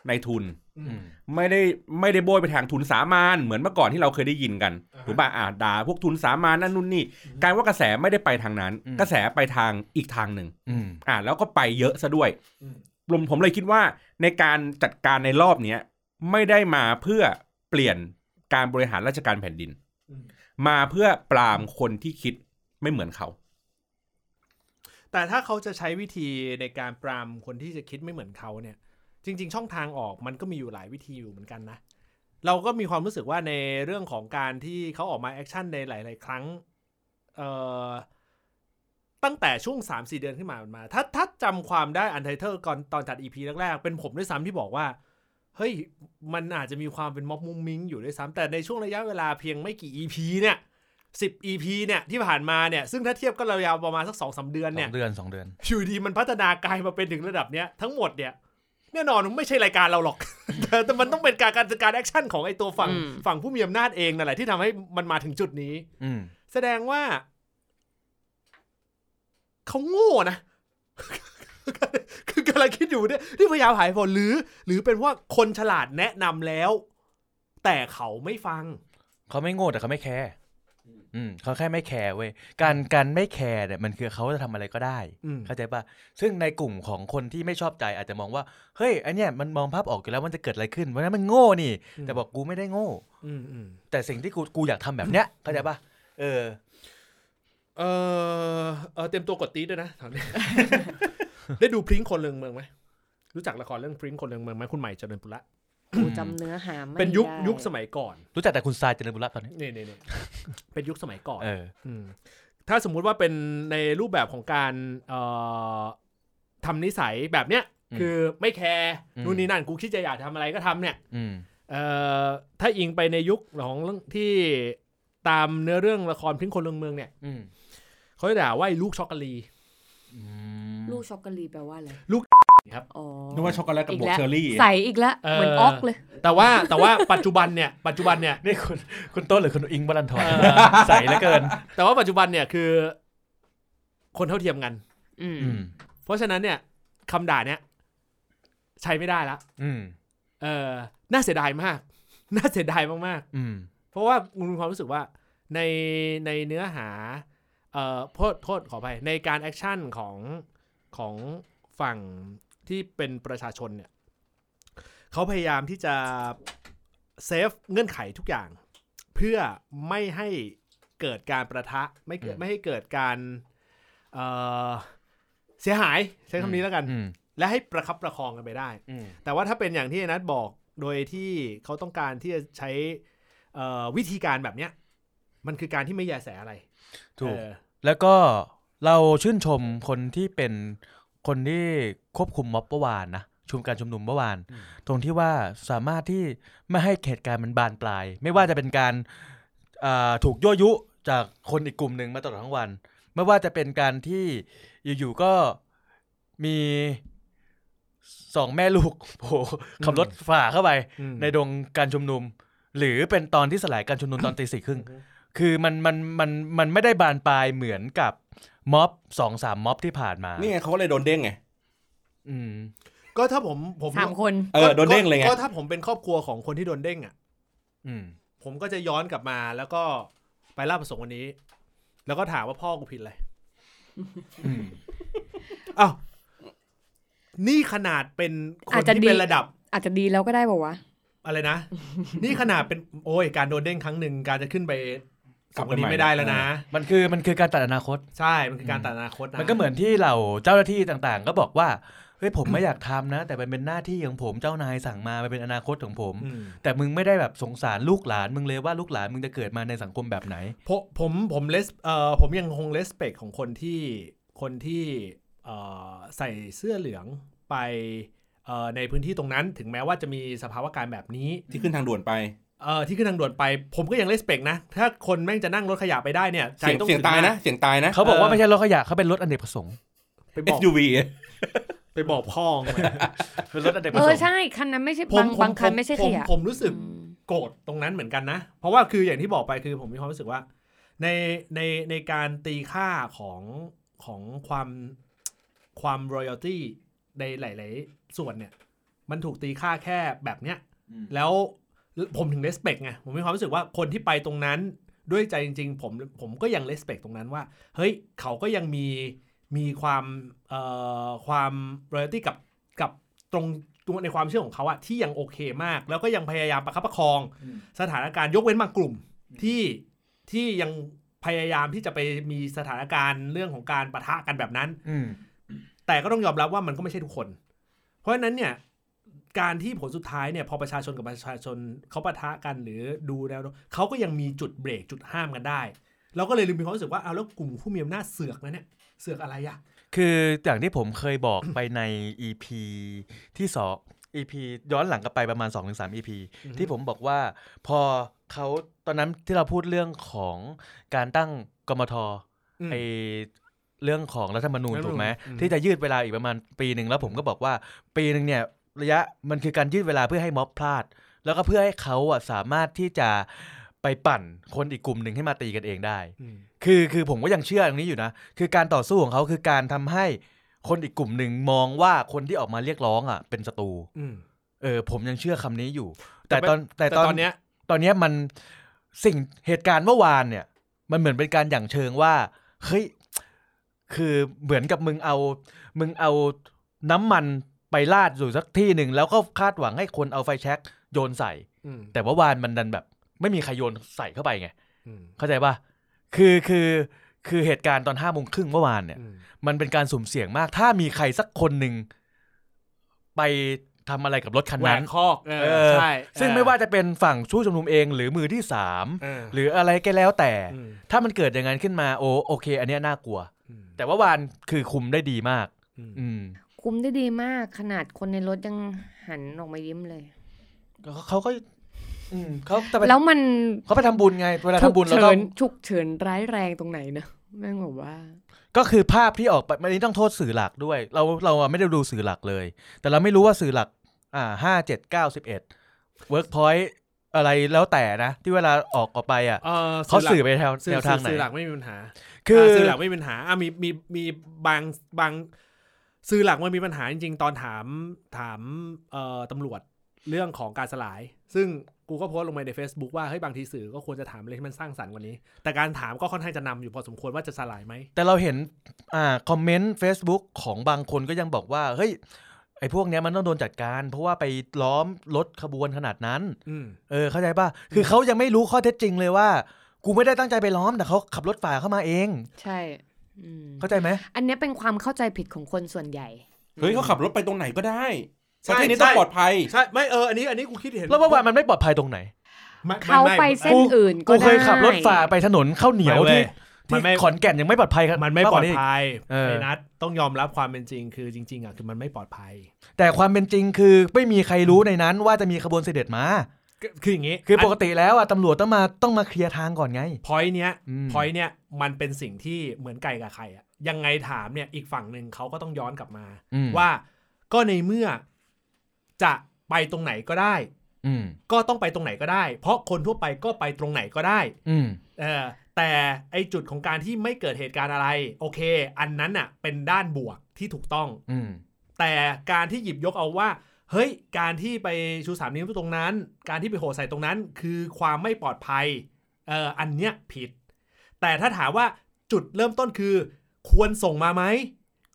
ในทุน อื อื ม ม ไม่ได้ไม่ได้โบยไปทางทุนสามานเหมือนเมื่อก่อนที่เราเคยได้ยินกัน อ่าฮะ ถูกป่ะอ่าด่าพวกทุนสามานนั่นนู่นนี่ อืม กลารว่ากระแสไม่ได้ไปทางนั้น กระแสไปทางอีกทางหนึ่ง อืม อ่า แล้วก็ไปเยอะซะด้วย อืม รวมผมเลยคิดว่าในการจัดการในรอบเนี้ยไม่ได้มาเพื่อเปลี่ยนการบริหารราชการแผ่นดิน อืม มาเพื่อปรามคนที่คิดไม่เหมือนเขา แต่ถ้าเขาจะใช้วิธีในการปรามคนที่จะคิดไม่เหมือนเขาเนี่ย จริง ๆ ช่องทางออกมันก็มีอยู่หลายวิธีอยู่เหมือนกันนะ เราก็มีความรู้สึกว่าในเรื่องของการที่เขาออกมาแอคชั่นในหลาย ๆ ครั้งเอ่อตั้งแต่ช่วง 3 4 เดือนขึ้นมามันมา ถ้าถ้าจำความได้อันไทเทอร์ก่อนตอนจัด EP แรก ๆ เป็นผมด้วยซ้ำที่บอกว่า เฮ้ย มันอาจจะมีความเป็นม็อบมุ้งมิ้งอยู่ด้วยซ้ำแต่ในช่วงระยะเวลาเพียงไม่กี่ EP เนี่ย10 EP เนี่ยที่ผ่านมาเนี่ยซึ่งถ้าเทียบก็เรายาวๆประมาณสัก2-3เดือน ส เนี่ อย งเดือนสองเดือน อยู่ดีมันพัฒนากลายมาเป็นถึงระดับเนี้ยทั้งหมดเนี่ยแน่นอนมันไม่ใช่รายการเราหรอก แต่แต่มันต้องเป็นการการจัดการแอคชั่นของไอ้ตัวฝั่ง อืม ฝั่งผู้มีอำนาจเองนั่นแหละที่ทำให้มันมาถึงจุดนี้ อืม แสดงว่าเขาโง่นะ คือกำลังคิดอยู่เนี่ยที่พยายามหายผลหรือ หรือเป็นว่าคนฉลาดแนะนำแล้ว แต่เขาไม่ฟัง เขาไม่โง่แต่เขาไม่แคร์อืมเขาแค่ไม่แคร์เว้ยการการไม่แคร์เนี่ยมันคือเขาจะทำอะไรก็ได้ อืม เข้าใจปะซึ่งในกลุ่มของคนที่ไม่ชอบใจอาจจะมองว่า เฮ้ย อันเนี้ยมันมองภาพออกอยู่แล้วมันจะเกิดอะไรขึ้น เพราะฉะนั้นมันโง่นี่ แต่บอกกูไม่ได้โง่ อืมอืม แต่สิ่งที่กูกูอยากทำแบบเนี้ย เข้าใจปะเออ เออเออเตรียมตัวกดตีดด้วยนะตอนนี้ ได้ดูพริ้งคนเรืองเมืองไหมรู้จักละครเรื่องพริ้งคนเรืองเมืองไหมคุณใหม่เจริญปุระ กูจำเนื้อหาไม่ได้ เป็นยุคยุคสมัยก่อน รู้จักแต่คุณทรายเจริญบุรัตน์ตอนนี้ นี่นี่นี่ เป็นยุคสมัยก่อน เออ มถ้าสมมุติว่าเป็นในรูปแบบของการเอ่อทำนิสัยแบบเนี้ย อืม คือไม่แคร์ อืม นู่นนี่นั่นกูคิดจะอยากทำอะไรก็ทำเนี่ย อืม เอ่อถ้าอิงไปในยุคของเรื่องที่ตามเนื้อเรื่องละครพริ้งคนเรืองเมืองเนี่ย อืม เขาจะด่าว่าไอ้ลูกช็อกโกแลต อืม ลูกช็อกโกแลตแปลว่าอะไร ลูกครับ อ๋อ นึกว่าช็อกโกแลตกับบวก แล้ว เชอร์รี่ ใส่อีกแล้วเหมือนออกเลย แต่ว่าแต่ว่าปัจจุบันเนี่ยปัจจุบันเนี่ย นี่คุณคุณโต้นหรือคุณอิงบรันทร เอ ใส่เหลือเกิน แต่ว่าปัจจุบันเนี่ยคือ คนเท่าเทียมกัน อืม อืม เพราะฉะนั้นเนี่ยคำด่าเนี่ยใช้ไม่ได้ละ อืม เออน่าเสียดายมาก น่าเสียดายมาก อืม ๆ เพราะว่าคุณมีความรู้สึกว่าในในเนื้อหาเอ่อโทษโทษขออภัยในการแอคชั่นของของฝั่งที่เป็นประชาชนเนี่ยเขาพยายามที่จะเซฟเงื่อนไขทุกอย่าง เพื่อไม่ให้เกิดการประทะไม่เกิด อืม ไม่ให้เกิดการเอ่อเสียหายใช้คำนี้แล้วกัน อืม และให้ประคับประคองกันไปได้ อืม แต่ว่าถ้าเป็นอย่างที่ไอ้นัทบอกโดยที่เขาต้องการที่จะใช้เอ่อวิธีการแบบเนี้ยมันคือการที่ไม่แยแสอะไร ถูก เออ แล้วก็ เราชื่นชมคนที่เป็นคนที่ควบคุมม็อบเมื่อวานนะชุมการชุมนุมเมื่อวาน อืม ตรงที่ว่าสามารถที่ไม่ให้เหตุการณ์มันบานปลาย ไม่ว่าจะเป็นการอ่าถูกยั่วยุจากคนอีกกลุ่มหนึ่งมาตลอดทั้งวัน ไม่ว่าจะเป็นการที่อยู่ๆก็มีสองแม่ลูกโผล่ขับรถฝ่าเข้าไป อืม ในดงการชุมนุม หรือเป็นตอนที่สลายการชุมนุมตอนตีสี่ครึ่ง คือมันมันมันมันไม่ได้บานปลายเหมือนกับม็อบสองสามม็อบที่ผ่านมา นี่ไงเขาเลยโดนเด้งไง อืม ก็ถ้าผมผม สามคน เออ โดนเด้งเลยไง ก็ถ้าผมเป็นครอบครัวของคนที่โดนเด้งอ่ะ อืม ผมก็จะย้อนกลับมาแล้วก็ไปล่าประสงค์วันนี้ แล้วก็ถามว่าพ่อกูผิดอะไร อืม อ้าวนี่ขนาดเป็นคน อาจจะ ที่ ดี เป็นระดับ อาจจะดีแล้วก็ได้ป่าวะ อะไร นะ นี่ขนาดเป็นโอ้ยการโดนเด้งครั้งหนึ่งการจะขึ้นไป กสัลับ ป ไป ดาห์นี้ ใหม่ ไม่ได้แล้วนะ มันคือมันคือการตัดอนาคต ใช่ มันคือการตัดอนาคตนะ มันก็เหมือนที่เราเจ้าหน้าที่ต่างๆ ก็บอกว่าเฮ้ยผมไม่อยากทำนะ แต่มันเป็นหน้าที่ของผมเจ้านายสั่งมามันเป็นอนาคตของผม อืม แต่มึงไม่ได้แบบสงสารลูกหลานมึงเลยว่าลูกหลานมึงจะเกิดมาในสังคมแบบไหน ผมผมผมเลสเอ่อผมยังคงเลสเปกของคนที่คนที่เอ่อใส่เสื้อเหลืองไปเอ่อในพื้นที่ตรงนั้น ถึงแม้ว่าจะมีสภาวะการแบบนี้ ที่ขึ้นทางด่วนไป เอ่อที่ขึ้นทางด่วนไป ผมก็ยังเลสเปกนะ ถ้าคนแม่งจะนั่งรถขยะไปได้เนี่ยใจ เสียง ต้อง เสียง ถึง ตาย มก นะ เสียงตายนะ เขาบอกว่าไม่ใช่รถขยะเขาเป็นรถอเนกประสงค์ ไปบอก SUV ไปบอกพ่อมึงอะ เป็นรถอเนกป เอ ระส อง ค์ ใช่คันนั้นไม่ใช่ ผม บาง ผม บางคันไม่ใช่ ผ ขยะ ผมรู้สึก อืม โกรธตรงนั้นเหมือนกันนะ เพราะว่าคืออย่างที่บอกไปคือผมมีความรู้สึกว่า ในในในการตีค่าของของความความรอยัลตี้ในหลาย ๆ ส่วนเนี่ย มันถูกตีค่าแค่แบบเนี้ย อืม แล้วผมถึงเลสเปกไงผมมีความรู้สึกว่าคนที่ไปตรงนั้นด้วยใจจริง ๆ ผมผมก็ยังเลสเปกตรงนั้นว่า เฮ้ยเขาก็ยังมีมีความเอ่อความรอยัลตี้กับกับตรงตัวในความเชื่อของเขาอะที่ยังโอเคมาก แล้วก็ยังพยายามประคับประคอง สถานการณ์ยกเว้นบางกลุ่มที่ที่ยังพยายามที่จะไปมีสถานการณ์เรื่องของการประทะกันแบบนั้น อืม แต่ก็ต้องยอมรับว่ามันก็ไม่ใช่ทุกคน เพราะฉะนั้นเนี่ยการที่ผลสุดท้ายเนี่ยพอประชาชนกับประชาชนเขาปะทะกันหรือดูแล้วเขาก็ยังมีจุดเบรกจุดห้ามกันได้ เราก็เลยลืมมีความรู้สึกว่าเอาแล้วกลุ่มผู้มีอำนาจเสือกนะเนี่ยเสือกอะไรอะ คืออย่างที่ผมเคยบอก ไปใน EP ที่สอง EP ย้อนหลังกลับไปประมาณ 2-3 EP ที่ผมบอกว่าพอเขาตอนนั้นที่เราพูดเรื่องของการตั้งกมท อืม ไอเรื่องของรัฐธรรมนูญ รัฐธรรมนูญ ถูกไหม อืม ที่จะยืดเวลาอีกประมาณปีหนึ่งแล้วผมก็บอกว่าปีหนึ่งเนี่ยระยะมันคือการยืดเวลาเพื่อให้ม็อบพลาด แล้วก็เพื่อให้เขาอ่ะสามารถที่จะไปปั่นคนอีกกลุ่มหนึ่งให้มาตีกันเองได้ อืม คือคือผมก็ยังเชื่อตรงนี้อยู่นะ คือการต่อสู้ของเขาคือการทำให้คนอีกกลุ่มหนึ่งมองว่าคนที่ออกมาเรียกร้องอ่ะเป็นศัตรู อืม เออผมยังเชื่อคำนี้อยู่ แต่ตอนแต่ แต่ ตอน ตอนเนี้ย ตอนเนี้ยมันสิ่งเหตุการณ์เมื่อวานเนี่ย มันเหมือนเป็นการอย่างเชิงว่าเฮ้ยคือเหมือนกับมึงเอา มึงเอาน้ำมันไปลาดอยู่สักที่หนึ่งแล้วก็คาดหวังให้คนเอาไฟแช็กโยนใส่ อืม แต่ว่าวานมันดันแบบ ไม่มีใครโยนใส่เข้าไปไง อืม เข้าใจป่ะ คือคือคือเหตุการณ์ตอนห้าโมงครึ่งเมื่อวานเนี่ย อืม มันเป็นการสุ่มเสี่ยงมาก ถ้ามีใครสักคนหนึ่งไปทำอะไรกับรถคัน แหว นั้น กคอกเอ เอ อ อ ใช่ ซึ่งไม่ว่าจะเป็นฝั่งผู้ชุมนุมเองหรือมือที่สาม เออ หรืออะไรก็แล้วแต่ อืม ถ้ามันเกิดอย่างนั้นขึ้นมาโอโอเค อันเนี้ยน่ากลัว อืม แต่ว่าวานคือคุมได้ดีมาก อืม อืม คุมได้ดีมากขนาดคนในรถยังหันออกมายิ้มเลย ก็เขาก็ อืมเขาแต่ไป แล้วมัน เขาไปทำบุญไงเวลาทำบุญเรา ฉุต้กเฉิ อน ง ฉุกเฉินร้ายแรงตรงไหนนะแม่งบอกว่า ก็คือภาพที่ออกไปมันนี้ต้องโทษสื่อหลักด้วย เราเราอะไม่ได้ดูสื่อหลักเลย แต่เราไม่รู้ว่าสื่อหลัก อ่าห้าเจ็ดเก้าสิบเอ็ดเวิร์กพอยต์อะไรแล้วแต่นะ ที่เวลาออกออกไปอ่ะ อ่อ เขาสื่อ หลัก ไปแนว สื่ แน อ วทางไหน สื่อหลักไม่มีปัญหา คือา อ สื่อหลักไม่มีปัญหาอ่ะมีมีมีบางบางสื่อหลักมันมีปัญหาจริงๆ ตอนถามถามเอ่อตำรวจเรื่องของการสลาย ซึ่งกูก็โพสต์ลงไปใน Facebook ว่าเฮ้ยบางทีสื่อก็ควรจะถามอะไรที่มันสร้างสรรค์กว่านี้ แต่การถามก็ค่อนข้างจะนำอยู่พอสมควรว่าจะสลายไหม แต่เราเห็นอ่าคอมเมนต์ Facebook ของบางคนก็ยังบอกว่า เฮ้ย ไอ้พวกเนี้ยมันต้องโดนจัดการ เพราะว่าไปล้อมรถขบวนขนาดนั้น อืม เออเข้าใจป่ะ คือเขายังไม่รู้ข้อเท็จจริงเลยว่า กูไม่ได้ตั้งใจไปล้อมแต่เขาขับรถฝ่าเข้ามาเอง ใช่อืม เข้าใจไหม อันเนี้ยเป็นความเข้าใจผิดของคนส่วนใหญ่ เฮ้ยเขาขับรถไปตรงไหนก็ได้ประ ใช่ เทศนี้ต้องปลอดภัย ใช่ไม่เอออันนี้อันนี้กูคิดเห็น แล้วเมื่อวานมันไม่ปลอดภัยตรงไหน ม่ม่ เขา ม่ ไปเส้นอื่นก็ กู ได้ เคยขับรถฝ่าไปถนนข้าวเหนียว ไม่ว้ ที่ มั ที่ นไม่ ขอนแก่นยังไม่ปลอดภัยครับ มันไม่ปลอด ากกว่า ภัย เออ ไอ้นัทต้องยอมรับความเป็นจริง คือจริง ๆอ่ะคือมันไม่ปลอดภัย แต่ความเป็นจริงคือไม่มีใครรู้ในนั้นว่าจะมีขบวนเสด็จมา คือคืออย่างนี้ คือปกติแล้วอ่ะตำรวจต้องมาต้องมาเคลียร์ทางก่อนไง พอยเนี้ย อืม พอยเนี้ยมันเป็นสิ่งที่เหมือนไก่กับไข่อ่ะยังไงถามเนี่ยอีกฝั่งหนึ่งเขาก็ต้องย้อนกลับมา อืม ว่าก็ในเมื่อจะไปตรงไหนก็ได้ อืม ก็ต้องไปตรงไหนก็ได้ เพราะคนทั่วไปก็ไปตรงไหนก็ได้ อืม เออแต่ไอจุดของการที่ไม่เกิดเหตุการณ์อะไร โอเค อันนั้นอ่ะเป็นด้านบวกที่ถูกต้อง อืม แต่การที่หยิบยกเอาว่า เฮ้ย การที่ไปชูสามนิ้วตรงนั้น การที่ไปโหใส่ตรงนั้น คือความไม่ปลอดภัยเอ่ออันเนี้ยผิด แต่ถ้าถามว่าจุดเริ่มต้นคือ ควรส่งมาไหม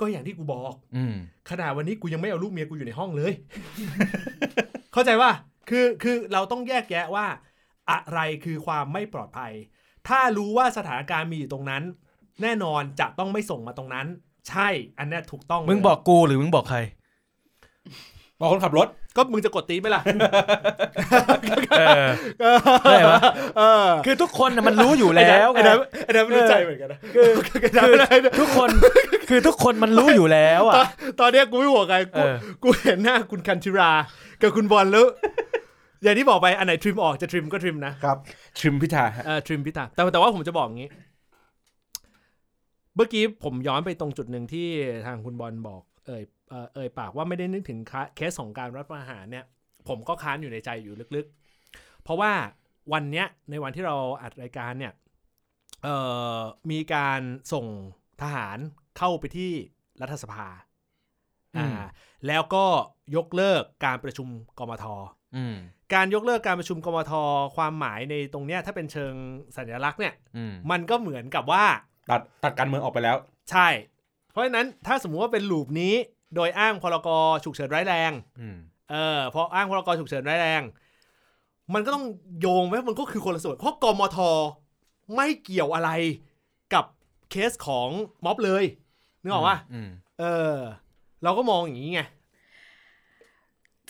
ก็อย่างที่กูบอก อืม ขนาดวันนี้กูยังไม่เอาลูกเมียกูอยู่ในห้องเลย เข้าใจว่าคือคือเราต้องแยกแยะว่า อะไรคือความไม่ปลอดภัย ถ้ารู้ว่าสถานการณ์มีอยู่ตรงนั้น แน่นอนจะต้องไม่ส่งมาตรงนั้น ใช่ อันเนี้ยถูกต้องเลย มึงบอกกูหรือมึงบอกใคร บอกคนขับรถ ก็มึงจะกดตีนไหมล่ะ เออใช่ปะคือทุกคนน่ะมันรู้อยู่แล้วไง ไอ้นั้นไอ้นั้นไม่รู้ เออ ใจเหมือนกันนะคือ คือทุกคนคือทุกคนมันรู้อยู่แล้วอ่ะ ตอนเนี้ยกูไม่ห่วงใครกู เออ กูเห็นหน้าคุณคันชิรา กับคุณบอลแล้ว อย่างที่บอกไปอันไหนทริมออกจะทริมก็ทริมนะ ชิมพิธาฮะ เออทริมพิธาแต่แต่ว่าผมจะบอกงี้ เมื่อกี้ผมย้อนไปตรงจุดหนึ่งที่ทางคุณบอลบอก เอ่ยเอ่อเอ่ยปากว่าไม่ได้นึกถึงคะเคสของการรัฐประหารเนี่ย ผมก็ค้านอยู่ในใจอยู่ลึกๆ เพราะว่าวันเนี้ยในวันที่เราอัดรายการเนี่ยเอ่อมีการส่งทหารเข้าไปที่รัฐสภาอ่า อืม แล้วก็ยกเลิกการประชุมกมท อืม การยกเลิกการประชุมกมทความหมายในตรงเนี้ยถ้าเป็นเชิงสัญลักษณ์เนี่ย อืม มันก็เหมือนกับว่า ตัดตัดการเมืองออกไปแล้ว ใช่ เพราะฉะนั้นถ้าสมมุติว่าเป็นลูปนี้ โดยอ้างพรกฉุกเฉินร้ายแรง อืม เออพออ้างพรกฉุกเฉินร้ายแรง มันก็ต้องโยงไว้มันก็คือคนละส่วนเพราะกมทไม่เกี่ยวอะไรกับเคสของม็อบเลยนึกออกว่า อืม เออ เราก็มองอย่างนี้ไง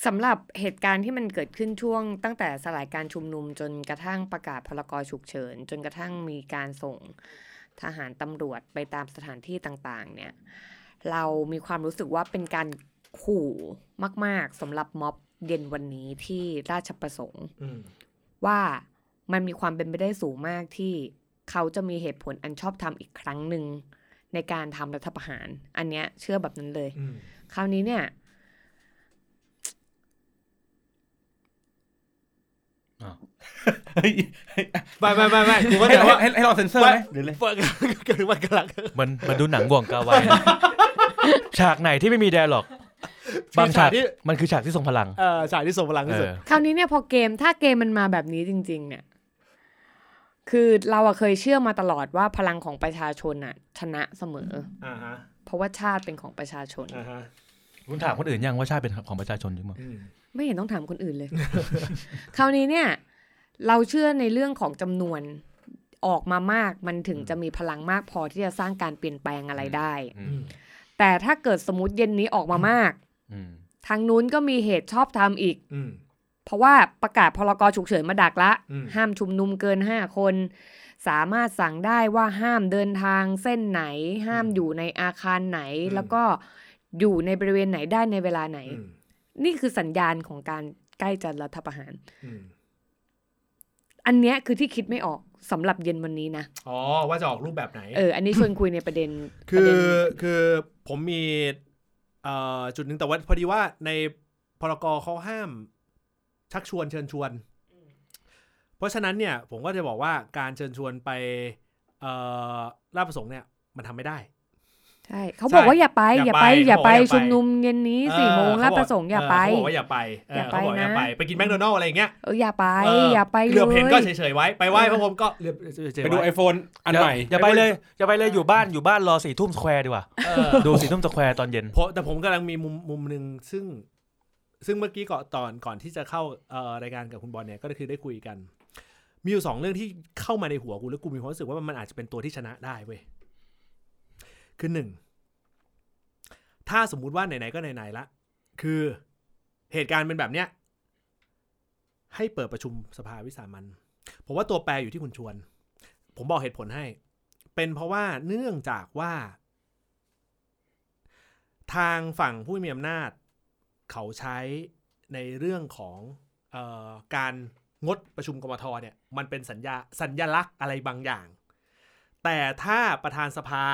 สำหรับเหตุการณ์ที่มันเกิดขึ้นช่วงตั้งแต่สลายการชุมนุมจนกระทั่งประกาศพรกฉุกเฉิน จนกระทั่งมีการส่งทหารตำรวจไปตามสถานที่ต่างๆ เนี่ย เรามีความรู้สึกว่าเป็นการขู่มาก ๆสำหรับม็อบเย็นวันนี้ที่ราชประสงค์ อืม ว่ามันมีความเป็นไปได้สูงมากที่เขาจะมีเหตุผลอันชอบธรรมอีกครั้งหนึ่งในการทำรัฐประหาร อันเนี้ยเชื่อแบบนั้นเลย อืม คราวนี้เนี่ย เฮ้ยให้ ไม่ไม่ไม่ไม่กูก็ ให้ แต่ว่า ให้ให้ลองเซ็นเซอร์ไหมหรืออะไร เฟิร์ก็คือว่ากำลัง มันมันดูหนังบ่วงกาไว้ ฉากไหนที่ไม่มีแดร์หรอกบางฉาฉากกที่ มันคือฉากที่ทรงพลัง เออฉากที่ทรงพลังที่สุด เออ คราวนี้เนี่ยพอเกมถ้าเกมมันมาแบบนี้จริง ๆ เนี่ย คือเราอะเคยเชื่อมาตลอดว่าพลังของประชาชนอะชนะเสมอ อ่าฮะ เพราะว่าชาติเป็นของประชาชน อ่าฮะ คุณถามคนอื่นยังว่าชาติเป็นของประชาชนหรือเปล่า ไม่เห็นต้องถามคนอื่นเลย คราวนี้เนี่ย เราเชื่อในเรื่องของจำนวนออกมามาก มันถึงจะมีพลังมากพอที่จะสร้างการเปลี่ยนแปลงอะไรได้ แต่ถ้าเกิดสมมติเย็นนี้ออกมามาก อืม ทางนู้นก็มีเหตุชอบทำอีก อืม เพราะว่าประกาศพรกฉุกเฉินมาดักละ อืม ห้ามชุมนุมเกิน 5 คน สามารถสั่งได้ว่าห้ามเดินทางเส้นไหน ห้ามอยู่ในอาคารไหน แล้วก็อยู่ในบริเวณไหนได้ในเวลาไหน อืม นี่คือสัญญาณของการใกล้จะรัฐประหาร อืม อันเนี้ยคือที่คิดไม่ออกสำหรับเย็นวันนี้นะ อ๋อ ว่าจะออกรูปแบบไหน เออ อันนี้ชวนคุยในประเด็นป คื ระ อ เด็น คือผมมีเอ่อจุดหนึ่งแต่ว่าพอดีว่าในพรกเขาห้าม ชักชวนเชิญชวน เพราะฉะนั้นเนี่ย ผมก็จะบอกว่าการเชิญชวนไปเอ่อราชประสงค์เนี่ย มันทำไม่ได้ ใช่เขาบอกว่าอย่าไป อ อย่ า ย่า ไป ไป อย่าไป เขาบอกว่าอย่าไป ชุมนุมเย็นนี้สี่โมง เออ ราช เขบก ประสงค์อย่าไป เเขาบอกว่าอย่าไปเออ อย่าไป เขาบอกอย่าไป นะ ไปกินแมคโดนัลล์อะไรอย่างเงี้ย เอออย่าไป เ อย่าไป เหลือบ เล เห็นก็ ย เฉยๆไว้ไปไหว้พระพรหมก็เหลือบเฉยๆ ไปดูไอ ไว้ โฟนอันใหม่ อย่าไปเลยอย่าไปเลยอยู่บ้านอยู่บ้านรอสี่ทุ่มสแควร์ดีกว่า เออ ดูสี่ทุ่มสแควร์ตอนเย็น ผมแต่ผมกำลังมีมุมมุมหนึ่งซึ่ง ซึ่งเมื่อกี้ก่อนตอนก่อนที่จะเข้าเอ่อรายการกับคุณบอลเนี่ยก็คือได้คุยกัน มีอยู่สองเรื่องที่เข้ามาในหัวกูแล้วกูมีความรู้สึกว่ามันอาจจะเป็นตัวที่ชนะได้เว้ยคือหนึ่งถ้าสมมุติว่าไหนๆก็ไหนๆละคือเหตุการณ์เป็นแบบเนี้ย ให้เปิดประชุมสภาวิสามันผมว่าตัวแปรอยู่ที่คุณชวน ผมบอกเหตุผลให้ เป็นเพราะว่าเนื่องจากว่า ทางฝั่งผู้มีอำนาจ เขาใช้ในเรื่องของเออการงดประชุมกมทเนี่ย มันเป็นสัญญาสัญญลักษณ์อะไรบางอย่าง แต่ถ้าประธานสภา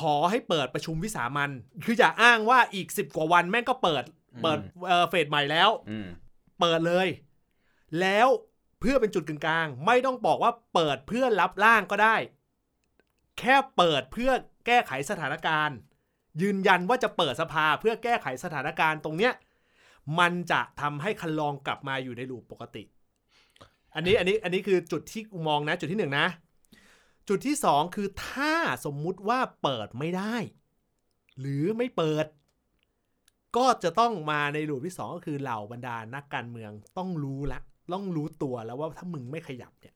ขอให้เปิดประชุมวิสามันคืออย่าอ้างว่าอีกสิบกว่าวันแม่งก็เปิด เปิดเอ่อเฟสใหม่แล้ว อืม เปิดเลย แล้วเพื่อเป็นจุดกึ่งกลาง ไม่ต้องบอกว่าเปิดเพื่อรับร่างก็ได้ แค่เปิดเพื่อแก้ไขสถานการณ์ ยืนยันว่าจะเปิดสภาเพื่อแก้ไขสถานการณ์ตรงเนี้ยมันจะทำให้คันลองกลับมาอยู่ในรูปปกติ อันนี้อันนี้อันนี้คือจุดที่มองนะ จุดที่หนึ่งนะ จุดที่สองคือถ้าสมมุติว่าเปิดไม่ได้ หรือไม่เปิด ก็จะต้องมาในรูปที่สองก็คือเหล่าบรรดานักการเมืองต้องรู้ละ ต้องรู้ตัวแล้วว่าถ้ามึงไม่ขยับเนี่ย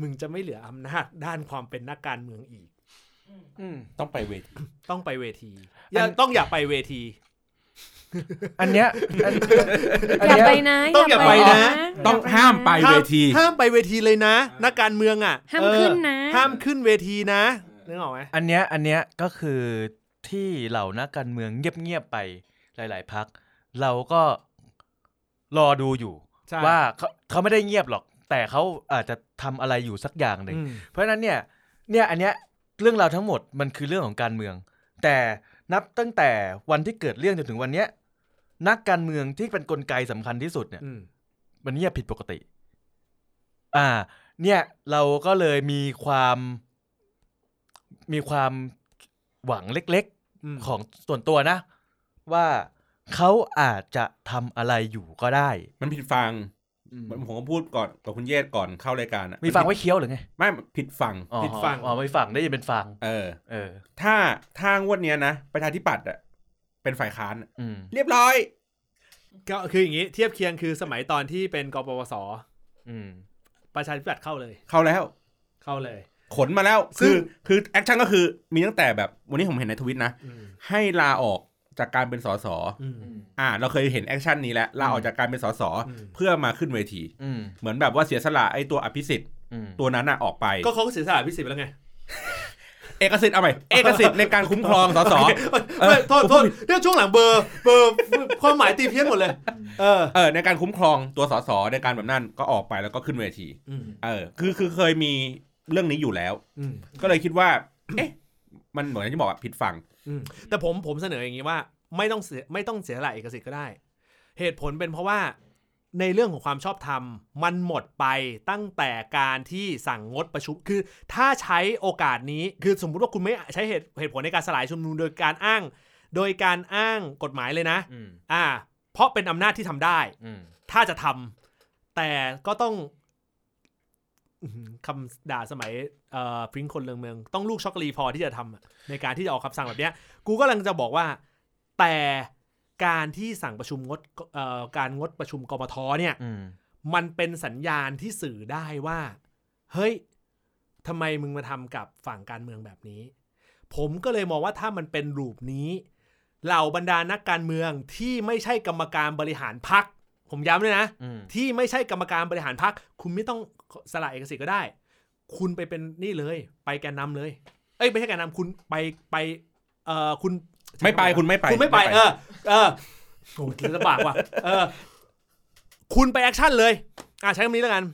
มึงจะไม่เหลืออำนาจด้านความเป็นนักการเมืองอีก อืม ต้องไปเวที ต้องไปเวทีอย่าต้องอย่าไปเวที อันเนี้ยอันอัน อย่า เนี้ย ไปนะ ต้องอย่าไปนะ ต้องห้ามไปเวที ห้ามห้ามไปเวทีเลยนะ นักการเมืองอ่ะ ห้าม เออ ขึ้นนะ ห้ามขึ้นเวทีนะนึกออกไหม อันเนี้ยอันเนี้ยก็คือที่เหล่านักการเมืองเงียบๆไปหลายๆพัก เราก็รอดูอยู่ ใช่ ว่าเขาเขาไม่ได้เงียบหรอก แต่เขาอาจจะทำอะไรอยู่สักอย่างหนึ่ง อืม เพราะฉะนั้นเนี่ยเนี่ยอันเนี้ยเรื่องราวทั้งหมดมันคือเรื่องของการเมือง แต่นับตั้งแต่วันที่เกิดเรื่องจนถึงวันเนี้ยนักการเมืองที่เป็นกลไกสำคัญที่สุดเนี่ย อืม มันเงียบผิดปกติ อ่า เนี่ยเราก็เลยมีความ มีความหวังเล็ก อืม ๆ ของส่วนตัวนะ ว่าเขาอาจจะทำอะไรอยู่ก็ได้ มันผิดฟังผมก็พูดก่อนกับคุณเยศก่อนเข้ารายการอะ มีฟังไว้เคี้ยวหรือไง ไม่ผิดฟัง อ๋อ ผิดฝั่ง อ๋อไม่ฟังได้ยินเป็นฟัง เออ เออ ถ้าถ้างวดเนี้ยนะประชาธิปัตย์อะเป็นฝ่ายค้านอะ อืม เรียบร้อย ก็คืออย่างนี้เทียบเคียงคือสมัยตอนที่เป็นกปปส อืม ประชาธิปัตย์เข้าเลย เข้าแล้ว เข้าเลย ขนมาแล้ว ซึ่ คื ง อคือแอคชั่นก็คือมีตั้งแต่แบบวันนี้ผมเห็นในทวิตนะ อืม ให้ลาออกจากการเป็นสส อืม อ่า เราเคยเห็นแอคชั่นนี้แล้วลาออกจากการเป็นสส อืม เพื่อมาขึ้นเวที อืม เหมือนแบบว่าเสียสละไอ้ตัวอภิสิทธิ์ อืม ตัวนั้นอะออกไป ก็เขาก็เสียสละพิสิทธิ์ไปแล้วไง เอกสิทธิ์เอาให ม่เอกสิทธิ์ในการคุ้มครองสส เออ ไม่โทษโทษเรื่องช่วงหลังเบอร์เบอร์ ความหมายตีเพี้ยนหมดเลย เออ เออในการคุ้มครองตัวสสในการแบบนั้นก็ออกไปแล้วก็ขึ้นเวที อืม เออ คือคือเคยมีเรื่องนี้อยู่แล้ว อืม ก็เลยคิดว่า เอ๊ะ มันเหมือนที่บอกอะผิดฝั่ง อืมแต่ผมผมเสนออย่างนี้ว่า ไม่ต้องเสียไม่ต้องเสียหลายเอกสิทธิ์ก็ได้ เหตุผลเป็นเพราะว่าในเรื่องของความชอบธรรม มันหมดไปตั้งแต่การที่สั่งงดประชุมคือ ถ้าใช้โอกาสนี้คือสมมุติว่าคุณไม่ใช้เหตุเหตุผลในการสลายชุมนุมโดยการอ้าง โดยการอ้างกฎหมายเลยนะ อืม อ่า เพราะเป็นอำนาจที่ทำได้ อืม ถ้าจะทำแต่ก็ต้องอื้อหือคำด่าสมัยเอ่อพริ้งคนเลืองเมือง ต้องลูกช็อกโกแลตพอที่จะทำอะในการที่จะออกคำสั่งแบบเนี้ยกูก็กำลังจะบอกว่า แต่การที่สั่งประชุมงดเอ่อการงดประชุมกมทเนี่ย อืม มันเป็นสัญญาณที่สื่อได้ว่า เฮ้ยทำไมมึงมาทำกับฝั่งการเมืองแบบนี้ ผมก็เลยมองว่าถ้ามันเป็นรูปนี้ เหล่าบรรดานักการเมืองที่ไม่ใช่กรรมการบริหารพัก ผมย้ำเลยนะ อืม ที่ไม่ใช่กรรมการบริหารพัก คุณไม่ต้องสละเอกสิทธิ์ก็ได้ คุณไปเป็นนี่เลย ไปแกนนำเลย เอ้ยไม่ใช่แกนนำคุณไปไปเอ่อคุณ ไม่ไปคุณไม่ไป คุณไม่ไป ม่ เออ เออโอ้โหลำบากว่ะเออ คุณไปแอคชั่นเลยอ่ะใช้คำนี้แล้วกัน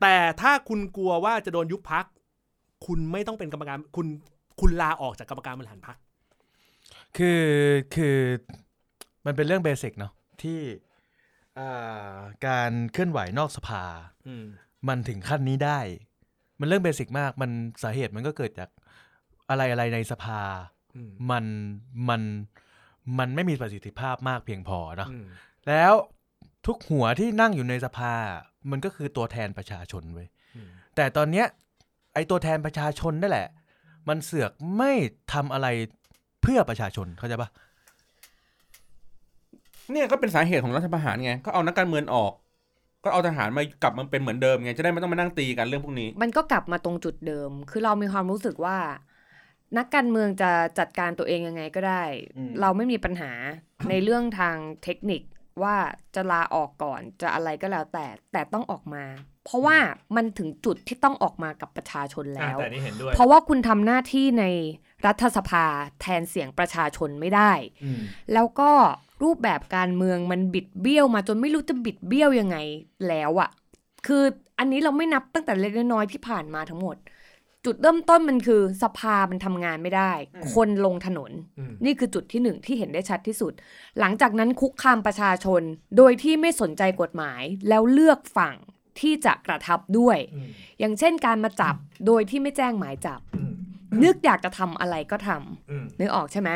แต่ถ้าคุณกลัวว่าจะโดนยุบพัก คุณไม่ต้องเป็นกรรมการ คุณคุณลาออกจากกรรมการบริหารพัก คือคือมันเป็นเรื่องเบสิกเนาะที่อ่าการเคลื่อนไหวนอกสภา อืม มันถึงขั้นนี้ได้ มันเรื่องเบสิกมาก มันสาเหตุมันก็เกิดจากอะไรอะไรในสภา อืม มัน มัน มันไม่มีประสิทธิภาพมากเพียงพอเนาะ อืม แล้วทุกหัวที่นั่งอยู่ในสภา มันก็คือตัวแทนประชาชนเว้ย อืม แต่ตอนเนี้ยไอตัวแทนประชาชนนั่นแหละ มันเสือกไม่ทำอะไรเพื่อประชาชน เข้าใจปะ เนี่ยก็เป็นสาเหตุของรัฐประหารไง ก็เอานักการเมืองออก ก็เอาทหารมากลับมาเป็นเหมือนเดิมไง จะได้ไม่ต้องมานั่งตีกันเรื่องพวกนี้ มันก็กลับมาตรงจุดเดิม คือเรามีความรู้สึกว่า นักการเมืองจะจัดการตัวเองยังไงก็ได้ เราไม่มีปัญหาในเรื่องทางเทคนิค ว่าจะลาออกก่อนจะอะไรก็แล้วแต่แต่ต้องออกมา เพราะว่ามันถึงจุดที่ต้องออกมากับประชาชน อ่ะ แล้ว แต่นี่เห็นด้วย เพราะว่าคุณทำหน้าที่ในรัฐสภาแทนเสียงประชาชนไม่ได้ อืม แล้วก็รูปแบบการเมืองมันบิดเบี้ยวมาจนไม่รู้จะบิดเบี้ยวยังไงแล้วอะคืออันนี้เราไม่นับตั้งแต่เล็กๆน้อยๆที่ผ่านมาทั้งหมด จุดเริ่มต้นมันคือสภามันทำงานไม่ได้ คนลงถนน อืม นี่คือจุดที่หนึ่งที่เห็นได้ชัดที่สุด หลังจากนั้นคุกคามประชาชน โดยที่ไม่สนใจกฎหมายแล้วเลือกฝั่งที่จะกระทับด้วย อืม อย่างเช่นการมาจับโดยที่ไม่แจ้งหมายจับ อืม นึกอยากจะทำอะไรก็ทำ อืม นึกออกใช่ไหม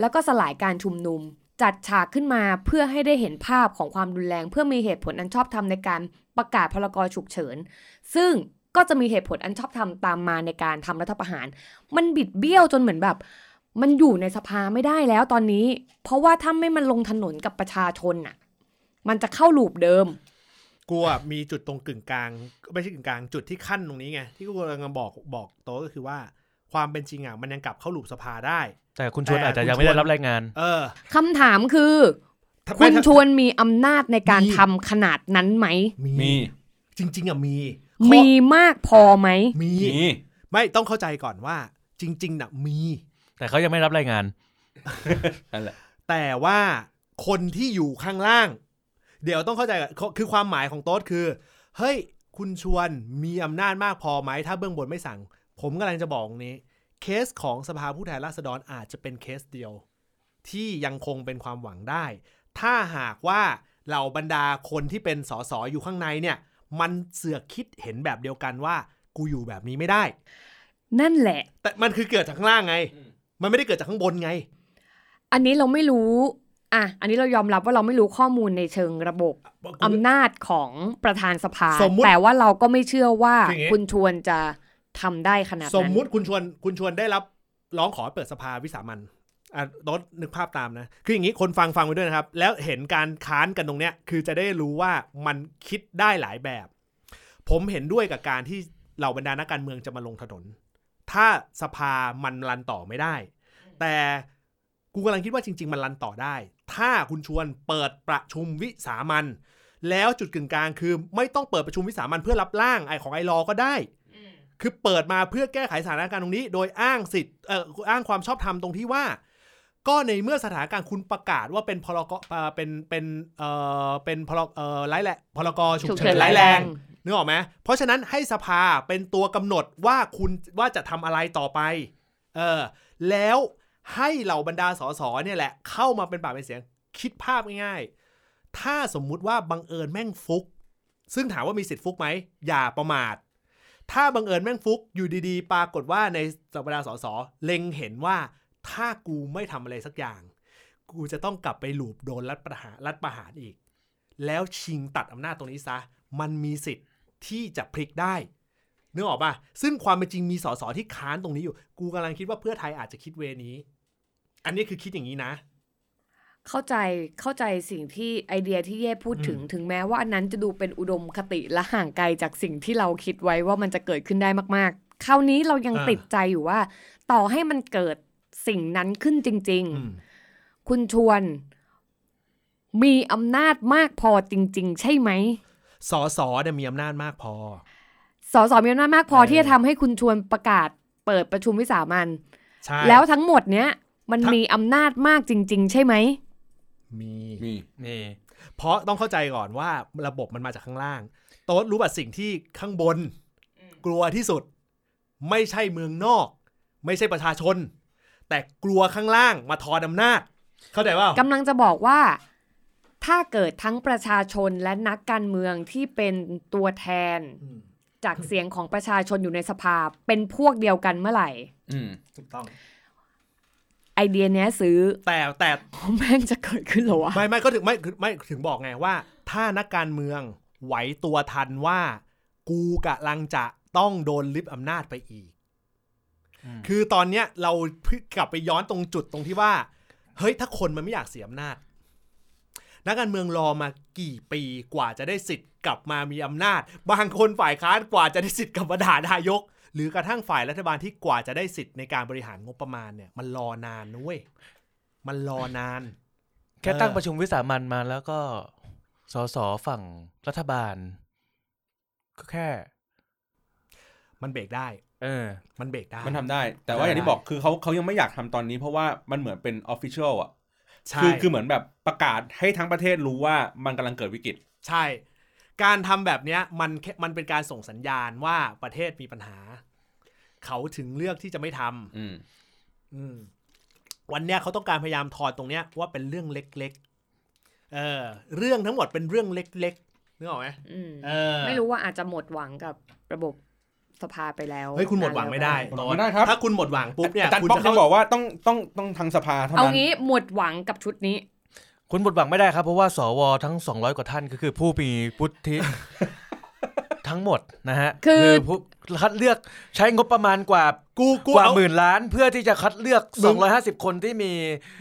แล้วก็สลายการชุมนุม จัดฉากขึ้นมาเพื่อให้ได้เห็นภาพของความรุนแรง เพื่อมีเหตุผลอันชอบธรรมในการประกาศพรกฉุกเฉิน ซึ่งก็จะมีเหตุผลอันชอบธรรมตามมาในการทำรัฐประหาร มันบิดเบี้ยวจนเหมือนแบบ มันอยู่ในสภาไม่ได้แล้วตอนนี้ เพราะว่าถ้าไม่มันลงถนนกับประชาชนน่ะ มันจะเข้าลูปเดิม กูอ่ะมีจุดตรงกึ่งกลางไม่ใช่กึ่งกลางจุดที่ขั้นตรงนี้ไงที่กูกำลังบอกบอกโตะก็คือว่า ความเป็นจริงอ่ะมันยังกลับเข้าหลุมสภาได้ แต่คุณชวน แต่ อาจจะยัง คุณชวน ไม่ได้รับรายงาน เออ คำถามคือ ทำไม คุณ ถ้า ชวนมีอำนาจในการ มี ทำขนาดนั้นไหม มี จริง ๆอ่ะมี มีมากพอไหม มี มี ไม่ต้องเข้าใจก่อนว่า จริง ๆน่ะมี แต่เขายังไม่รับรายงาน นั่นแหละ แต่ว่าคนที่อยู่ข้างล่าง เดี๋ยวต้องเข้าใจก่อนคือความหมายของโต๊ดคือ เฮ้ย คุณชวนมีอำนาจมากพอไหมถ้าเบื้องบนไม่สั่ง ผมกำลังจะบอกตรงนี้ เคสของสภาผู้แทนราษฎรอาจจะเป็นเคสเดียว ที่ยังคงเป็นความหวังได้ ถ้าหากว่าเหล่าบรรดาคนที่เป็นสสอยู่ข้างในเนี่ย มันเสือกคิดเห็นแบบเดียวกันว่า กูอยู่แบบนี้ไม่ได้ นั่นแหละ แต่มันคือเกิดจากข้างล่างไง มันไม่ได้เกิดจากข้างบนไง อันนี้เราไม่รู้ อ่ะ อันนี้เรายอมรับว่าเราไม่รู้ข้อมูลในเชิงระบบอำนาจของประธานสภา สมมุติ แต่ว่าเราก็ไม่เชื่อว่า คืออย่างงี้ คุณชวนจะทำได้ขนาดนั้น สมมุติคุณชวนคุณชวนได้รับร้องขอเปิดสภาวิสามันอ่ะรถนึกภาพตามนะ คืออย่างนี้คนฟังฟังไปด้วยนะครับ แล้วเห็นการค้านกันตรงเนี้ย คือจะได้รู้ว่ามันคิดได้หลายแบบ ผมเห็นด้วยกับการที่เหล่าบรรดานักการเมืองจะมาลงถนน ถ้าสภามันรันต่อไม่ได้ แต่กูกำลังคิดว่าจริง ๆ มันรันต่อได้ ถ้าคุณชวนเปิดประชุมวิสามันแล้วจุดกึ่งกลางคือไม่ต้องเปิดประชุมวิสามันเพื่อรับร่างไอของไอรอก็ได้ คือเปิดมาเพื่อแก้ไขสถานการณ์ตรงนี้ โดยอ้างสิทธิ์เอ่ออ้างความชอบธรรมตรงที่ว่า ก็ในเมื่อสถานการณ์คุณประกาศว่าเป็นพลกเอ่อเป็นเป็นเอ่อเป็นพลเอ่อร้ายแรงพลกฉุกเฉินร้ายแรงนึกออกไหมเพราะฉะนั้นให้สภาเป็นตัวกำหนดว่าคุณว่าจะทำอะไรต่อไปเออแล้วให้เหล่าบรรดาสสเนี่ยแหละ เข้ามาเป็นปากเป็นเสียงคิดภาพง่ายๆ ถ้าสมมุติว่าบังเอิญแม่งฟุก ซึ่งถามว่ามีสิทธิ์ฟุกไหมอย่าประมาท ถ้าบังเอิญแม่งฟุกอยู่ดีๆ ปรากฏว่าในสัปดาห์สอสอเล็งเห็นว่าถ้ากูไม่ทำอะไรสักอย่าง กูจะต้องกลับไปหลูบโดนรัฐประหารรัฐประหารอีก แล้วชิงตัดอำนาจตรงนี้ซะ มันมีสิทธิ์ที่จะพลิกได้นึกออกป่ะซึ่งความเป็นจริงมีสอสอที่ค้านตรงนี้อยู่ กูกำลังคิดว่าเพื่อไทยอาจจะคิดเวนี้ อันนี้คือคิดอย่างนี้นะ เข้าใจเข้าใจสิ่งที่ไอเดียที่เย่พูดถึง ถึงแม้ว่าอันนั้นจะดูเป็นอุดมคติและห่างไกลจากสิ่งที่เราคิดไว้ว่ามันจะเกิดขึ้นได้มาก ๆ คราวนี้เรายัง อ่า ติดใจอยู่ว่า ต่อให้มันเกิดสิ่งนั้นขึ้นจริง ๆ อืม คุณชวนมีอำนาจมากพอจริง ๆ ใช่ไหม สอสอเนี่ยมีอำนาจมากพอ สสมีอำนาจมากพอ เออ ที่จะทำให้คุณชวนประกาศเปิดประชุมวิสามัน ใช่ แล้วทั้งหมดเนี้ย มัน ทั้ง มีอำนาจมากจริง ๆ ใช่ไหม มี มี นี่ เพราะต้องเข้าใจก่อนว่าระบบมันมาจากข้างล่าง โต๊ดรู้ป่ะสิ่งที่ข้างบน กลัวที่สุด ไม่ใช่เมืองนอก ไม่ใช่ประชาชน แต่กลัวข้างล่างมาทอนอำนาจ เข้าใจเปล่าก ำลังจะบอกว่าถ้าเกิดทั้งประชาชนและนักการเมืองที่เป็นตัวแทน อืม จากเสียงของประชาชนอยู่ในสภาเป็นพวกเดียวกันเมื่อไหร่ อืม ถูกต้อง ไอเดียเนี้ยซื้อ แต่แต่ แม่งจะเกิดขึ้นเหรอวะ ไม่ไม่ก็ถึงไม่คือไม่ถึงบอกไงว่า ถ้านักการเมืองไหวตัวทันว่า กูกะลังจะต้องโดนลิบอำนาจไปอีก อืม คือตอนเนี้ยเราเพิ่งกลับไปย้อนตรงจุดตรงที่ว่า เฮ้ยถ้าคนมันไม่อยากเสียอำนาจ นักการเมืองรอมากี่ปีกว่าจะได้สิทธิ์กลับมามีอำนาจ บางคนฝ่ายค้านกว่าจะได้สิทธิ์กลับมาด่านายก หรือกระทั่งฝ่ายรัฐบาลที่กว่าจะได้สิทธิ์ในการบริหารงบประมาณเนี่ย มันรอนานนุ้ยมันรอนาน แค่ตั้ง เออ ประชุมวิสามันมาแล้วก็สสฝั่งรัฐบาล ก็แค่ มันเบรกได้ เออ มันเบรกได้ มันทำได้ แต่ว่าอย่างที่บอกคือเขาเขายังไม่อยากทำตอนนี้ เพราะว่ามันเหมือนเป็นออฟฟิเชียลอ่ะ ใช่ คือคือเหมือนแบบประกาศให้ทั้งประเทศรู้ว่ามันกำลังเกิดวิกฤต ใช่ การทำแบบเนี้ยมันแค่มันเป็นการส่งสัญญาณว่าประเทศมีปัญหา เขาถึงเลือกที่จะไม่ทำ อืม อืมวันเนี้ยเขาต้องการพยายามถอดตรงเนี้ยว่าเป็นเรื่องเล็กๆ เออ เรื่องทั้งหมดเป็นเรื่องเล็กๆนึกออกไหม อืม เออ ไม่รู้ว่าอาจจะหมดหวังกับระบบสภาไปแล้ว เฮ้ยคุณหมดหวังไม่ได้ หมดหวังไม่ได้ครับ ถ้าคุณหมดหวังปุ๊บเนี่ย อาจารย์ คุณ ป๊อก จะ ยั เข้าง บอกว่าต้องต้องต้องทางสภาเท่า เอา นั้น งี้หมดหวังกับชุดนี้ คุณบทบังไม่ได้ครับ เพราะว่าสวทั้ง 200 กว่าท่านก็คือผู้มีพุทธิ ทั้งหมดนะฮะ คือ ผู้คัดเลือกใช้งบประมาณกว่า กูกู กว่า เอา หมื่นล้าน เพื่อที่จะคัดเลือก มึง 250 คนที่มี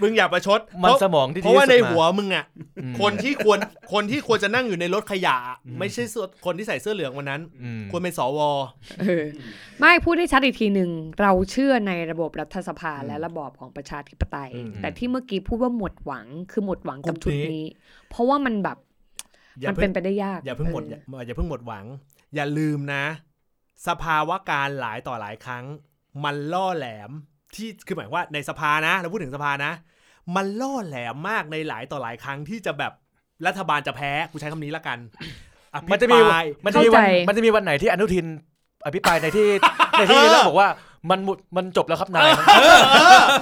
มึงอย่าประชด มัน เพราะ สมองที่ดี เพราะว่า ที่สุด ใน มา หัวมึงอ่ะ อืม คนที่ควรคนที่ควรจะนั่งอยู่ในรถขยะ ไม่ใช่ส่วนคนที่ใส่เสื้อเหลืองวันนั้น อืม ควรเป็นสว เออไม่พูดให้ชัดอีกทีหนึ่งเราเชื่อในระบบรัฐสภาและระบอบของประชาธิปไตย อืม แต่ที่เมื่อกี้พูดว่าหมดหวังคือหมดหวังกับ กลุ่ ชุ ม ด นี้ นี้ เพราะว่ามันแบบ อย่า มัน เพิ่ เป็ ง นไปได้ยาก อย่าเพิ่งหมด อ อ อย่ าอย่าเพิ่งหมดหวัง อย่าลืมนะ สภาวะการหลายต่อหลายครั้ง มันล่อแหลมที่คือหมายว่าในสภานะเราพูดถึงสภานะ มันล่อแหลมมากในหลายต่อหลายครั้งที่จะแบบรัฐบาลจะแพ้กูใช้คำนี้ละกันอภิ มันจะ ป มี ราย มันจะมีวันมันจะมีวันไหนที่อนุทินอภิปรายในที่ ในที่แล้วบอกว่ามันหมดมันจบแล้วครับนาย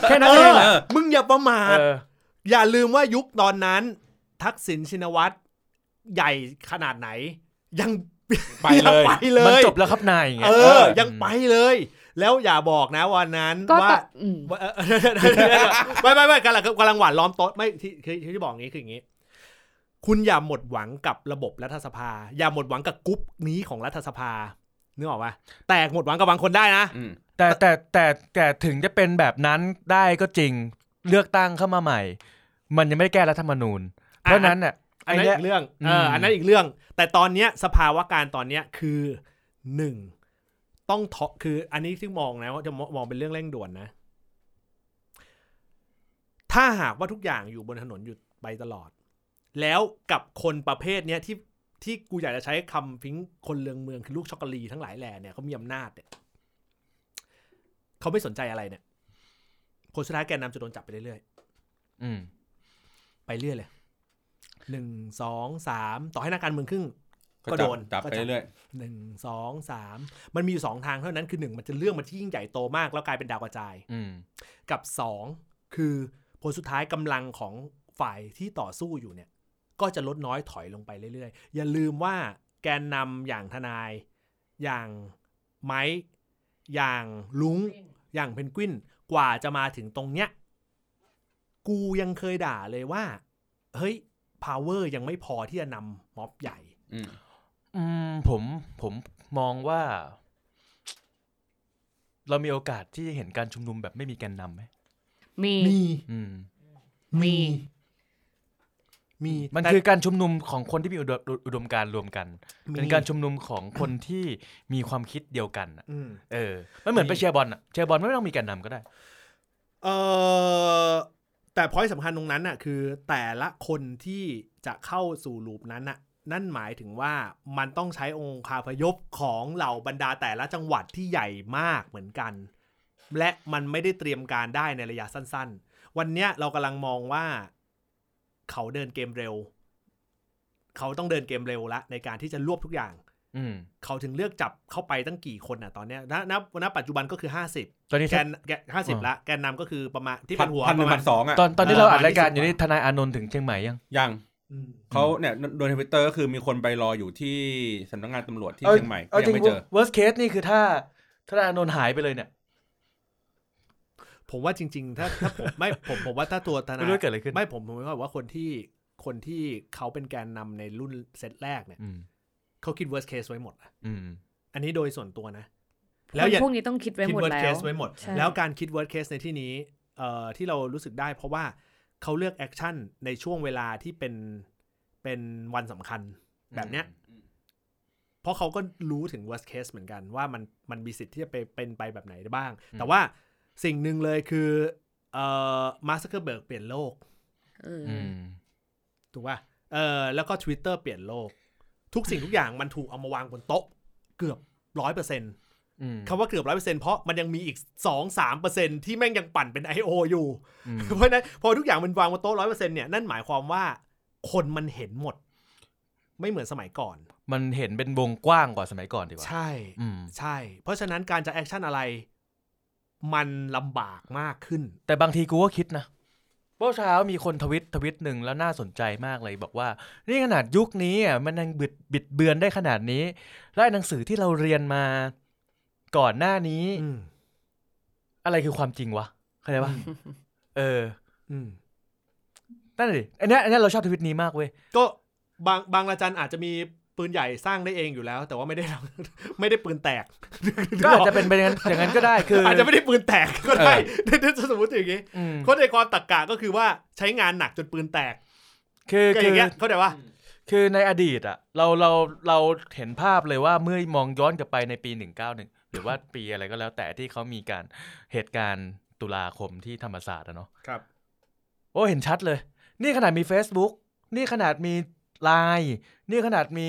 แค่นั้นเองอะ เออ มึงอย่าประมาท เออ อย่าลืมว่ายุคตอนนั้น ทักษิณชินวัตรใหญ่ขนาดไหน ยัง ไปเลย งไปเลย มันจบแล้วครับนายอย่างเงี้ เอย อ ยังไปเลย แล้วอย่าบอกนะวันนั้น ก็ ว่า ตอบอืม ว่าเออ ไม่ไม่ไม่กำลังกำลังหวานล้อมโต๊ะไม่ที่ที่ที่บอกอย่างนี้คืออย่างนี้ คุณอย่าหมดหวังกับระบบรัฐสภา อย่าหมดหวังกับกรุ๊ปนี้ของรัฐสภานึกออกปะแตกหมดหวังกับบางคนได้นะ อืม แต่แต่แต่แต่ถึงจะเป็นแบบนั้นได้ก็จริงเลือกตั้งเข้ามาใหม่ มันยังไม่ได้แก้รัฐธรรมนูญ เพราะฉะนั้นอ่ะไอ้ อันนั้น เนี้ย อีกเรื่องเออ ม ออันนั้นอีกเรื่อง แต่ตอนเนี้ยสภาวะการตอนเนี้ยคือหนึ่งต้องทอคือ อันนี้ที่มองนะว่าจะมองเป็นเรื่องเร่งด่วนนะ ถ้าหากว่าทุกอย่างอยู่บนถนนอยู่ไปตลอด แล้วกับคนประเภทเนี้ยที่ที่กูอยากจะใช้คำพิงคนเลืองเมืองคือลูกช็อกโกแลตทั้งหลายแหล่เนี่ยเขามีอำนาจเนี่ยเขาไม่สนใจอะไรเนี่ยคนสุดท้ายแกนนำจะโดนจับไปเรื่อยๆ อืม ไปเรื่อยเลย หนึ่งสองสามต่อให้นักการเมืองครึ่ง ก็ จัโดบน จับ ก็ ไป จับ เรื่อย หนึ่งสองสามมันมีอยู่สองทางเท่านั้นคือหนึ่งมันจะเรื่องมันที่ยิ่งใหญ่โตมาก แล้วกลายเป็นดาวกระจาย อืม กับสองคือผลสุดท้ายกำลังของฝ่ายที่ต่อสู้อยู่เนี่ย ก็จะลดน้อยถอยลงไปเรื่อยๆ อย่าลืมว่าแกนนำอย่างทนาย อย่างไม้อย่างลุง อย่างเพนกวินกว่าจะมาถึงตรงเนี้ย กูยังเคยด่าเลยว่า เฮ้ย power ยังไม่พอที่จะนำม็อบใหญ่ ๆอืม อืมผมผมมองว่า เรามีโอกาสที่จะเห็นการชุมนุมแบบไม่มีแกนนำไหม มี มี อืม มี มี มัน แต่ คือการชุมนุมของคนที่มีอุดมอุดมการณ์รวมกัน เป็นการชุมนุมของคนที่มีความคิดเดียวกันน่ะ อืม เออ มันเหมือน มี ไปเชียร์บอลอะเชียร์บอลไม่ต้องมีแกนนำก็ได้ เออแต่พอยสำคัญตรงนั้นน่ะคือแต่ละคนที่จะเข้าสู่ลูปนั้นน่ะนั่นหมายถึงว่ามันต้องใช้องค์คาพยพของเหล่าบรรดาแต่ละจังหวัดที่ใหญ่มากเหมือนกัน และมันไม่ได้เตรียมการได้ในระยะสั้น ๆ วันเนี้ยเรากำลังมองว่าเขาเดินเกมเร็ว เขาต้องเดินเกมเร็วละในการที่จะรวบทุกอย่าง อืม เขาถึงเลือกจับเข้าไปตั้งกี่คนน่ะตอนเนี้ยณณณปัจจุบันก็คือห้าสิบ ตอนนี้ แกนแกห้าสิบละแกนนำก็คือประมาณที่เป็นหัว พันปหนึ่ ระ ง มา พั ณ นสองอ่ะ ตอนตอนที่ เออ เราอัดรายการ ประมาณ อยู่นี่ทนายอานนท์ถึงเชียงใหม่ยัง ยัง อืม เขาเนี่ยโดนทวิตเตอร์คือมีคนไปรออยู่ที่สำนักงานตำรวจที่เชียงใหม่ก็ยังไม่เจอ worst case นี่คือถ้าทนายอานนท์หายไปเลยเนี่ย ผมว่าจริง ๆ ถ้าถ้าผมไม่ผมผมว่าถ้าตัวท ไม่ นาย รู้ว่าเกิดอะไรขึ้น ไม่ผมผมว่าคนที่คนที่เขาเป็นแกนนำในรุ่นเซตแรกเนี่ย อืม เขาคิด worst case ไว้หมดนะ อืม อันนี้โดยส่วนตัวนะ ค แล้ว น อย่า พวกนี้ต้องคิดไว้ คิด หมด worst แล้ว case ไว้หมด ใช่ แล้วการคิด worst case ในที่นี้เอ่อที่เรารู้สึกได้เพราะว่าเขาเลือกแอคชั่นในช่วงเวลาที่เป็นเป็นวันสำคัญแบบเนี้ย เพราะเขาก็รู้ถึง worst case เหมือนกันว่ามันมันมีสิทธิ์ที่จะไปเป็นไปแบบไหนได้บ้าง อืม แต่ว่าสิ่งหนึ่งเลยคือเอ่อมาร์คซักเคอร์เบิร์กเปลี่ยนโลก เอออ อืม ถูกป่ะเออแล้วก็ Twitter เปลี่ยนโลก ทุกสิ่งทุกอย่างมันถูกเอามาวางบนโต๊ะ เกือบร้อยเปอร์เซ็นต์ อืม คำว่าเกือบร้อยเปอร์เซ็นต์เพราะมันยังมีอีกสองสามเปอร์เซ็นต์ที่แม่งยังปั่นเป็น I.O. อยู่ อืม เพราะฉะนั้นพอทุกอย่างมันวางบนโต๊ะร้อยเปอร์เซ็นต์เนี่ยนั่นหมายความว่าคนมันเห็นหมด ไม่เหมือนสมัยก่อน มันเห็นเป็นวงกว้างกว่าสมัยก่อนดีกว่า ใช่ อืม ใช่ เพราะฉะนั้นการจะแอคชั่นอะไร มันลำบากมากขึ้น แต่บางทีกูก็คิดนะเมื่อเช้ามีคนทวิตทวิตหนึ่งแล้วน่าสนใจมากเลยบอกว่า นี่ขนาดยุคนี้อ่ะมันยังบิดบิดเบือนได้ขนาดนี้แล้วไอ้หนังสือที่เราเรียนมาก่อนหน้านี้ อืม อะไรคือความจริงวะเข้าใจปะเออ อืม นั่นเลยอันเนี้ยอันเนี้ยเราชอบทวิตนี้มากเว้ย ก็บางบางระจันอาจจะมีปืนใหญ่สร้างได้เองอยู่แล้ว แต่ว่าไม่ได้ ไม่ได้ปืนแตก ก็อาจจะเป็นไปอย่างนั้นอย่างนั้นก็ได้คือ อา อา จจะไม่ได้ปืนแตก ก็ได้ถ้าสมมติอย่างนี้ อืม เขาในความตักกะก็คือว่าใช้งานหนักจนปืนแตก คือ ก็อ คื ย่า อ งเงี้ยเข้าใจว่า คือในอดีตอะเราเราเราเห็นภาพเลยว่าเมื่อมองย้อนกลับไปในปี 191 หรือว่าปีอะไรก็แล้วแต่ที่เขามีการเหตุการณ์ตุลาคมที่ธรรมศาสตร์อะเนาะ ครับ โอ้เห็นชัดเลย นี่ขนาดมี Facebook นี่ขนาดมี Line นี่ขนาดมี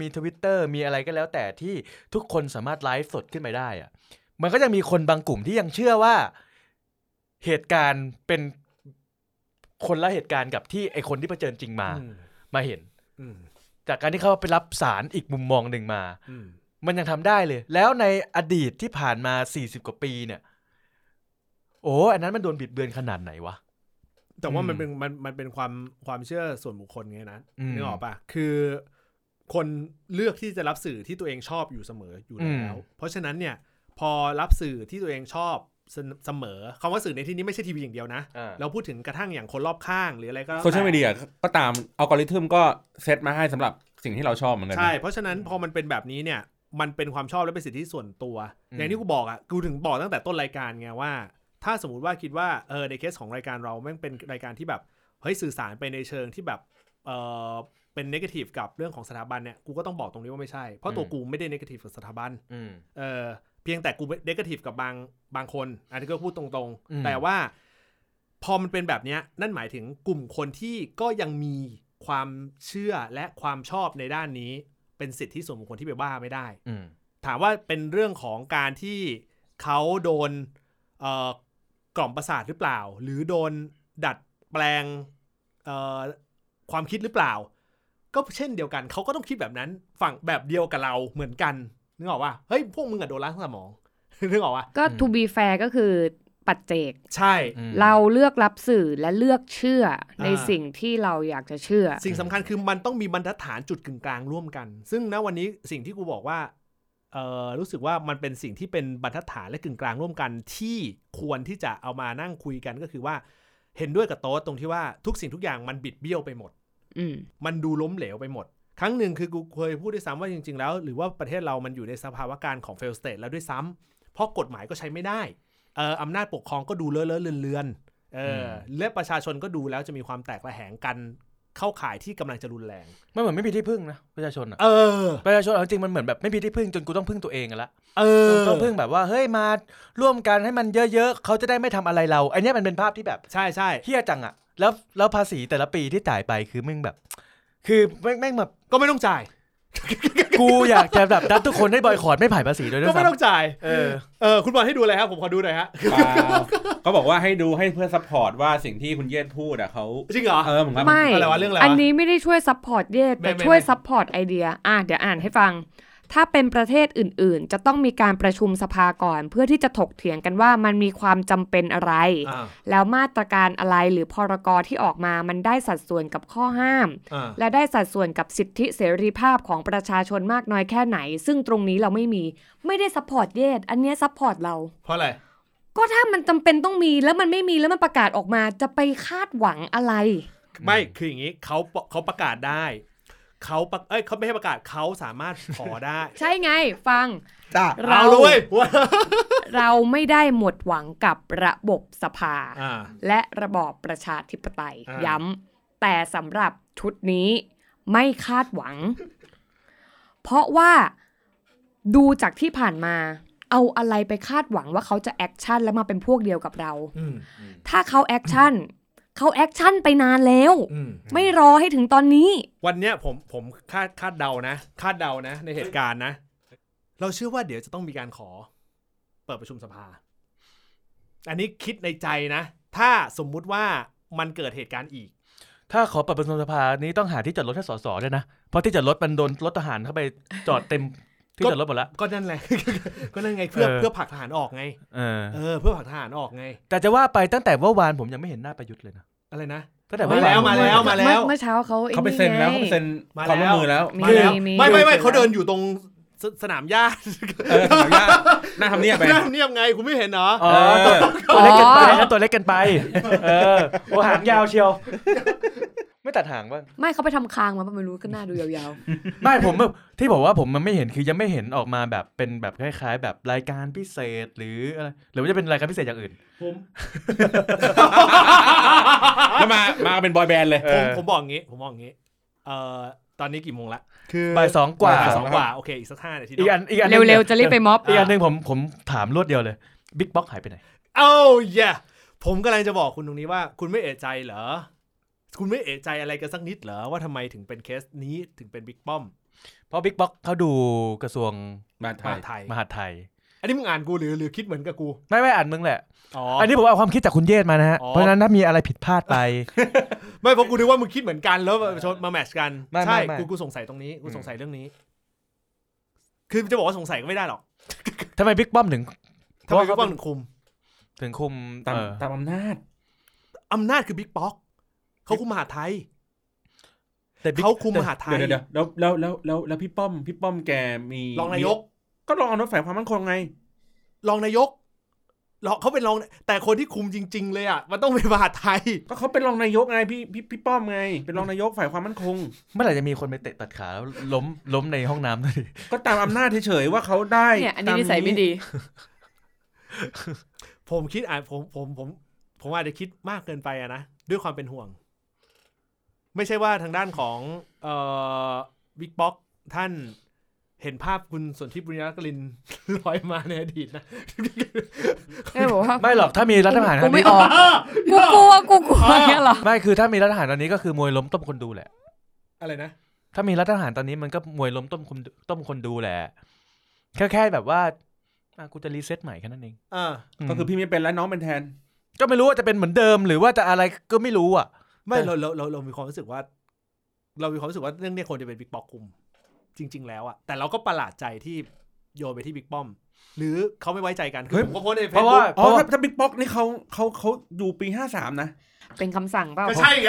มีทวิตเตอร์มีอะไรก็แล้วแต่ที่ทุกคนสามารถไลฟ์สดขึ้นไปได้อะมันก็จะมีคนบางกลุ่มที่ยังเชื่อว่าเหตุการณ์เป็นคนละเหตุการณ์กับที่ไอคนที่เผชิญจริงมามาเห็น อืม จากการที่เขาไปรับสารอีกมุมมองหนึ่งมา อืม มันยังทำได้เลย แล้วในอดีตที่ผ่านมา 40 กว่าปีเนี่ย โอ้อันนั้นมันโดนบิดเบือนขนาดไหนวะ แต่ว่า อืม มันเป็นมันมันเป็นความความเชื่อส่วนบุคคลไงนะ อืม นึกออกปะคือคนเลือกที่จะรับสื่อที่ตัวเองชอบอยู่เสมออยู่แล้ว อืม เพราะฉะนั้นเนี่ย พอรับสื่อที่ตัวเองชอบเสมอเสมอคำว่าสื่อในที่นี้ไม่ใช่ทีวีอย่างเดียวนะ เราพูดถึงกระทั่งอย่างคนรอบข้างหรืออะไรก็แล้ว โซเชียล แต่ มีเดียก็ตามอัลกอริทึมก็เซตมาให้สำหรับสิ่งที่เราชอบเหมือนกันนะ ใช่ เพราะฉะนั้นพอมันเป็นแบบนี้เนี่ย มันเป็นความชอบและเป็นสิทธิส่วนตัว อืม อย่างที่กูบอกอ่ะกูถึงบอกตั้งแต่ต้นรายการไงว่า ถ้าสมมติว่าคิดว่าเออในเคสของรายการเราแม่งเป็นรายการที่แบบเฮ้ยสื่อสารไปในเชิงที่แบบเออเป็นนกาทีฟกับเรื่องของสถาบันเนี่ยกูก็ต้องบอกตรงนี้ว่าไม่ใช่เพราะตัวกูไม่ได้นกาทีฟกับสถาบัน อืม เออเพียงแต่กูเดก i ทีฟกับบางบางคน อันนี้ก็พูดตรง อืม ๆ แต่ว่าพอมันเป็นแบบเนี้ยนั่นหมายถึงกลุ่มคนที่ก็ยังมีความเชื่อและความชอบในด้านนี้ เป็นสิทธิส่วนบุคคลที่ไปว่าไม่ได้ อืม ถามว่าเป็นเรื่องของการที่เขาโดนเอ่อกล่อมประสาทหรือเปล่า หรือโดนดัดแปลงเอ่อความคิดหรือเปล่า ก็เช่นเดียวกันเขาก็ต้องคิดแบบนั้นฝั่งแบบเดียวกับเราเหมือนกันนึกออกว่าเฮ้ยพวกมึงอะโดนล้างสมอง นึกออกว่า ก็ อืม to be fair ก็คือปัจเจก ใช่ อืม เราเลือกรับสื่อและเลือกเชื่อใน อ่า สิ่งที่เราอยากจะเชื่อ สิ่งสำคัญคือมันต้องมีบรรทัดฐานจุดกึ่งกลางร่วมกัน ซึ่งณวันนี้สิ่งที่กูบอกว่าเออรู้สึกว่ามันเป็นสิ่งที่เป็นบรรทัดฐานและกึ่งกลางร่วมกัน ที่ควรที่จะเอามานั่งคุยกันก็คือว่า เห็นด้วยกับโต๊ะตรงที่ว่าทุกสิ่งทุกอย่างมันบิดเบี้ยวไปหมด อืม มันดูล้มเหลวไปหมด ครั้งหนึ่งคือกูเคยพูดด้วยซ้ำว่าจริง ๆ แล้ว หรือว่าประเทศเรามันอยู่ในสภาวะการของเฟลสเต e แล้วด้วยซ้ำเพราะกฎหมายก็ใช้ไม่ได้เอออำนาจปกครองก็ดูเลอะเลอะเลือนๆเอออ ม และประชาชนก็ดูแล้วจะมีความแตกระแหงกันเข้าข่ายที่กำลังจะรุนแรง มันเหมือนไม่มีที่พึ่งนะประชาชนอะ เออ ประชาชนเอาจริงมันเหมือนแบบไม่มีที่พึ่งจนกูต้องพึ่งตัวเองอะละ เออ ต้องพึ่งแบบว่าเฮ้ยมาร่วมกันให้มันเยอะๆเขาจะได้ไม่ทำอะไรเรา อันเนี้ยมันเป็นภาพที่แบบ ใช่ใช่ เฮี้ยจังอะแล้วแล้วภาษีแต่ละปีที่จ่ายไปคือมึงแบบ คือแม่งแม่งแบบ ก็ไม่ต้องจ่าย กูอยากจะแบบ ดับทุกคนให้บอยคอรดไม่ผ่านภาษีโดวยด้ว ก็ ย ไม่ต้อง ซ้ำ จ่าย เออ เออ คุณบอลให้ดูอะไรครับ ผมขอดูหน่อยฮะ เปล่าก็บอกว่าให้ดูให้เพื่อซัพพอร์ตว่าสิ่งที่คุณเยศพูดอ่ะเขา จริงเหรอ เออผมว่า ไม่ อะไรวะเรื่องอะไรวะ อันนี้ไม่ได้ช่วยซัพพอร์ตเยศแต่ ไม่ไม่ ช่วย ไม่ ซัพพอร์ตไอเดีย อ่ะ เดี๋ยวอ่านให้ฟัง ถ้าเป็นประเทศอื่น ๆ จะต้องมีการประชุมสภาก่อน เพื่อที่จะถกเถียงกันว่ามันมีความจำเป็นอะไร อ่า แล้วมาตรการอะไรหรือพรกรที่ออกมามันได้สัดส่วนกับข้อห้าม อ่า และได้สัดส่วนกับสิทธิเสรีภาพของประชาชนมากน้อยแค่ไหน ซึ่งตรงนี้เราไม่มี ไม่ได้ซัพพอร์ตเยศอันเนี้ยซัพพอร์ตเรา เพราะอะไร ก็ถ้ามันจำเป็นต้องมีแล้วมันไม่มีแล้วมันประกาศออกมาจะไปคาดหวังอะไร ไม่คืออย่างนี้เขาเขาประกาศได้ เขาประเอ้ยเขาไม่ให้ประกาศเขาสามารถขอได้ ใช่ไง ฟัง จ้า เรา เราเลยว้า เราไม่ได้หมดหวังกับระบบสภา อ่า และระบอบประชาธิปไตย อ่า ย้ำแต่สำหรับชุดนี้ไม่คาดหวัง เพราะว่าดูจากที่ผ่านมา เอาอะไรไปคาดหวังว่าเขาจะแอคชั่นแล้วมาเป็นพวกเดียวกับเรา อืม ถ้าเขาแอคชั่น เขาแอคชั่นไปนานแล้ว อืม ไม่รอให้ถึงตอนนี้ วันเนี้ยผมผมคาดคาดเดานะ คาดเดานะ ในเหตุการณ์นะ เราเชื่อว่าเดี๋ยวจะต้องมีการขอ เปิดประชุมสภา อันนี้คิดในใจนะ ถ้าสมมุติว่ามันเกิดเหตุการณ์อีก ถ้าขอเปิดประชุมสภานี้ต้องหาที่จอดรถให้สสด้วยนะ เพราะที่จอดรถมันโดนรถทหารเข้าไปจอดเต็ม ที่จอดรถหมดละ ก็นั่นแหละ ก็นั่นไงเพื่อ เออ เพื่อผลักทหารออกไง เออ เออเพื่อผลักทหารออกไง แต่จะว่าไปตั้งแต่ว่าวานผมยังไม่เห็นหน้าประยุทธ์เลยนะ อะไรนะ ตั้งแต่ มา เอ แล้วมาแล้วมาแล้ว เอเมื่อเช้าเขาอ้ เขาไปเซ็นแล้ว ไง เขาไปเซ็น มา ความร่วม แล้ว มือแล้ว มี มาแล้ว มี ไม่ไม่ไม่ มี เขาเดินอยู่ตรงสสนามหญ้า เออขออนุญาตหน้าทำเนียบไป หน้าทำเนียบไงคุณไม่เห็นเหรอ อ๋อ เออ ตัวเล็กเกินไป นะตัวเล็กเกินไป เออโอ้หางยาวเชียว ไม่ตัดหางบ้าง ไม่เขาไปทำคางมาป่ะไม่รู้ก็น่าดูยาว ไม่ผมแบบที่บอกว่าผมมันไม่เห็นคือยังไม่เห็นออกมาแบบเป็นแบบคล้าย ๆ แบบรายการพิเศษหรืออะไรหรือว่าจะเป็นรายการพิเศษอย่างอื่น แล้วมามาเป็นบอยแบนด์เลย เอ ผม อ ผมบอกงี้ ผมบอกงี้ เอ่อตอนนี้กี่โมงละคือ บ่ายสองกว่า บ่ายสองกว่าโอเคอีกสักห้านาที อีกอันอีกอันหนึ่ง เร็วๆ จะรีบไปม็อบ อีกอันหนึ่งผมผมถามรวดเดียวเลยบิ๊กบ็อกหายไปไหน เอ้าอย่าผมกำลังจะบอกคุณตรงนี้ว่า คุณไม่เอะใจเหรอ คุณไม่เอะใจอะไรกันสักนิดเหรอว่าทำไมถึงเป็นเคสนี้ถึงเป็นบิ๊กป้อม เพราะบิ๊กบ็อกเขาดูกระทรวง มาไท มาย ไทย มหาดไทย อันนี้มึงอ่านกูหรือหรือคิดเหมือนกับกู ไม่ไม่อ่านมึงแหละ อ๋อ อั อั นนี้ผมเอาความคิดจากคุณเยศมานะฮะ อ๋อ เพราะฉะนั้นถ้ามีอะไรผิดพลาดไป ไม่เพราะกูนึกว่ามึงคิดเหมือนกันแล้วมาชนมาแมทชกัน ไม่ ใช่ ไม่ไม่ กูกูสงสัยตรงนี้กูสงสัยเรื่องนี้ คือจะบอกว่าสงสัยก็ไม่ได้หรอก ทำไมบิ๊กป้อมถึง ทำไมบิ๊กป้อมถึงคุม ถึงคุม ตาม เอ่อ ตามอำนาจ อำนาจคือบิ๊กป๊อกเขาคุมมหาดไทย แต่บิ๊ก เขาคุมมหาดไท เดี๋ย ยว เดี๋ยวเดี๋ยวแล้วแล้วแล้วแล้วพี่ป้อม พี่ป้อมแกมี รองนายก มีก็รองเอาน้ำฝ่ายความมั่นคงไง รองนายกรองเขาเป็นรอง แต่คนที่คุมจริง ๆ เลยอ่ะ มันต้องเป็นมหาดไทย ก็เขาเป็นรองนายกไงพี่พี่พี่ป้อมไง เป็นรองนายกฝ่ายความมั่นคง เมื่อไหร่จะมีคนไปเตะตัดขาแล้วล้มล้มในห้องน้ำด้วยดิ ก็ตามอำนาจเฉยๆว่าเขาได้ ๆเนี่ยอันนี้นิสัยไม่ดี ผมคิดอ่ะผมผมผม ผมอาจจะคิดมากเกินไปอะนะ ด้วยความเป็นห่วง ไม่ใช่ว่าทางด้านของเอ่อบิ๊กบ็อกท่านเห็นภาพคุณสนธิบุญรักลิน ลอยมาในอดีตนะ ไม่บอกว่า ไม่หรอกถ้ามีรัฐประหารค กู รั้ง ไม่ นี้ ออก กูกลัวกูกลัวเนี่ยเหรอ ไม่คือถ้ามีรัฐประหารตอนนี้ก็คือมวยล้มต้มคนดูแหละ อะไรนะ ถ้ามีรัฐประหารตอนนี้มันก็มวยล้มต้มคนต้มคนดูแหละแค่แค่แบบว่าอ่ะกูจะรีเซ็ตใหม่แค่นั้นเอง อ่า ก็คือพี่ไม่เป็นแล้วน้องเป็นแทน ก็ไม่รู้ว่าจะเป็นเหมือนเดิม หรือว่าจะอะไรก็ไม่รู้อ่ะ ไม่ แต่ เราเราเราเรามีความรู้สึกว่า เรามีความรู้สึกว่าเรื่องเนี้ยควรจะเป็นบิ๊กป๊อกคุม จริง ๆ แล้วอะแต่เราก็ประหลาดใจที่โยนไปที่บิ๊กป้อม หรือเขาไม่ไว้ใจกันคือผมก็โพสต์ในเฟซเพราะว่า บุ๊ก เพ อ๋อ ราะว่า ถ้าถ้าบิ๊กป๊อกนี่เขาเขาเขาอยู่ปีห้าสามนะ เป็นคำสั่งเปล่า ก็ใช่ไง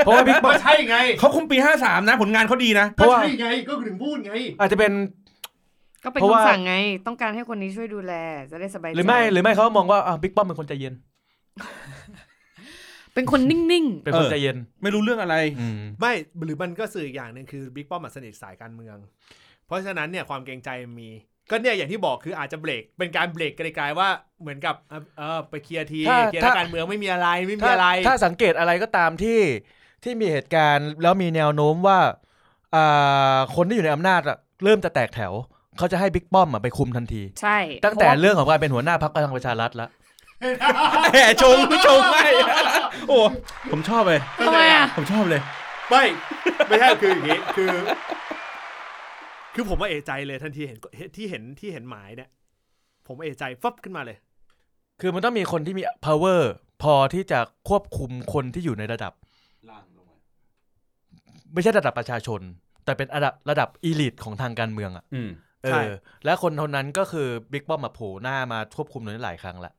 เพราะว่าบิ๊กป้อ ก็ ม ใช่ไง เขาคุมปีห้าสามนะ ผลงานเขาดีนะ เพราะว่า ก็ใช่ไงก็ถึงพูดไง อาจจะเป็น ก็เป็น เพราะว่า คำสั่งไง ต้องการให้คนนี้ช่วยดูแล จะได้สบายใจ หรือไม่หรือไม่เขามองว่าอ่ะบิ๊กป้อมเป็นคนใจเย็น เป็นคนนิ่ง เป็นคน เออ ใจเย็น ไม่รู้เรื่องอะไร ไม่หรือมันก็สื่ออีกอย่างหนึ่งคือบิ๊กป้อมอะสนิทสายการเมือง เพราะฉะนั้นเนี่ยความเกรงใจมันมี ก็เนี่ยอย่างที่บอกคืออาจจะเบรกเป็นการเบรกไกลๆว่าเหมือนกับเอ่อเออไปเคลียร์ทีเคลียร์นักการเมืองไม่มีอะไรไม่มี ถ้า อะไร ถ้าสังเกตอะไรก็ตามที่ที่มีเหตุการณ์ แล้วมีแนวโน้มว่าอ่าคนที่อยู่ในอำนาจอะเริ่มจะแตกแถว เขาจะให้บิ๊กป้อมอะไปคุมทันที ๆ ใช่ ตั้งแต่เรื่องของการเป็นหัวหน้าพรรคพลังประชารัฐแล้ว แหมชงชงไม่โอ้ผมชอบเลย ทำไมอ่ะ ผมชอบเลย ไม่ไม่ใช่คืออย่างนี้คือ คือผมว่าเอะใจเลยทันทีเห็นที่เห็นที่เห็นหมายเนี่ย ผมเอะใจฟับขึ้นมาเลย คือมันต้องมีคนที่มี power พอที่จะควบคุมคนที่อยู่ในระดับ ไม่ใช่ระดับประชาชน แต่เป็นระดับระดับอีลิทของทางการเมืองอะ อืม เอ ใช่ อและคนคนนั้นก็คือบิ๊กป้อมมาโผล่หน้ามาควบคุมตรงนี้หลายครั้งละ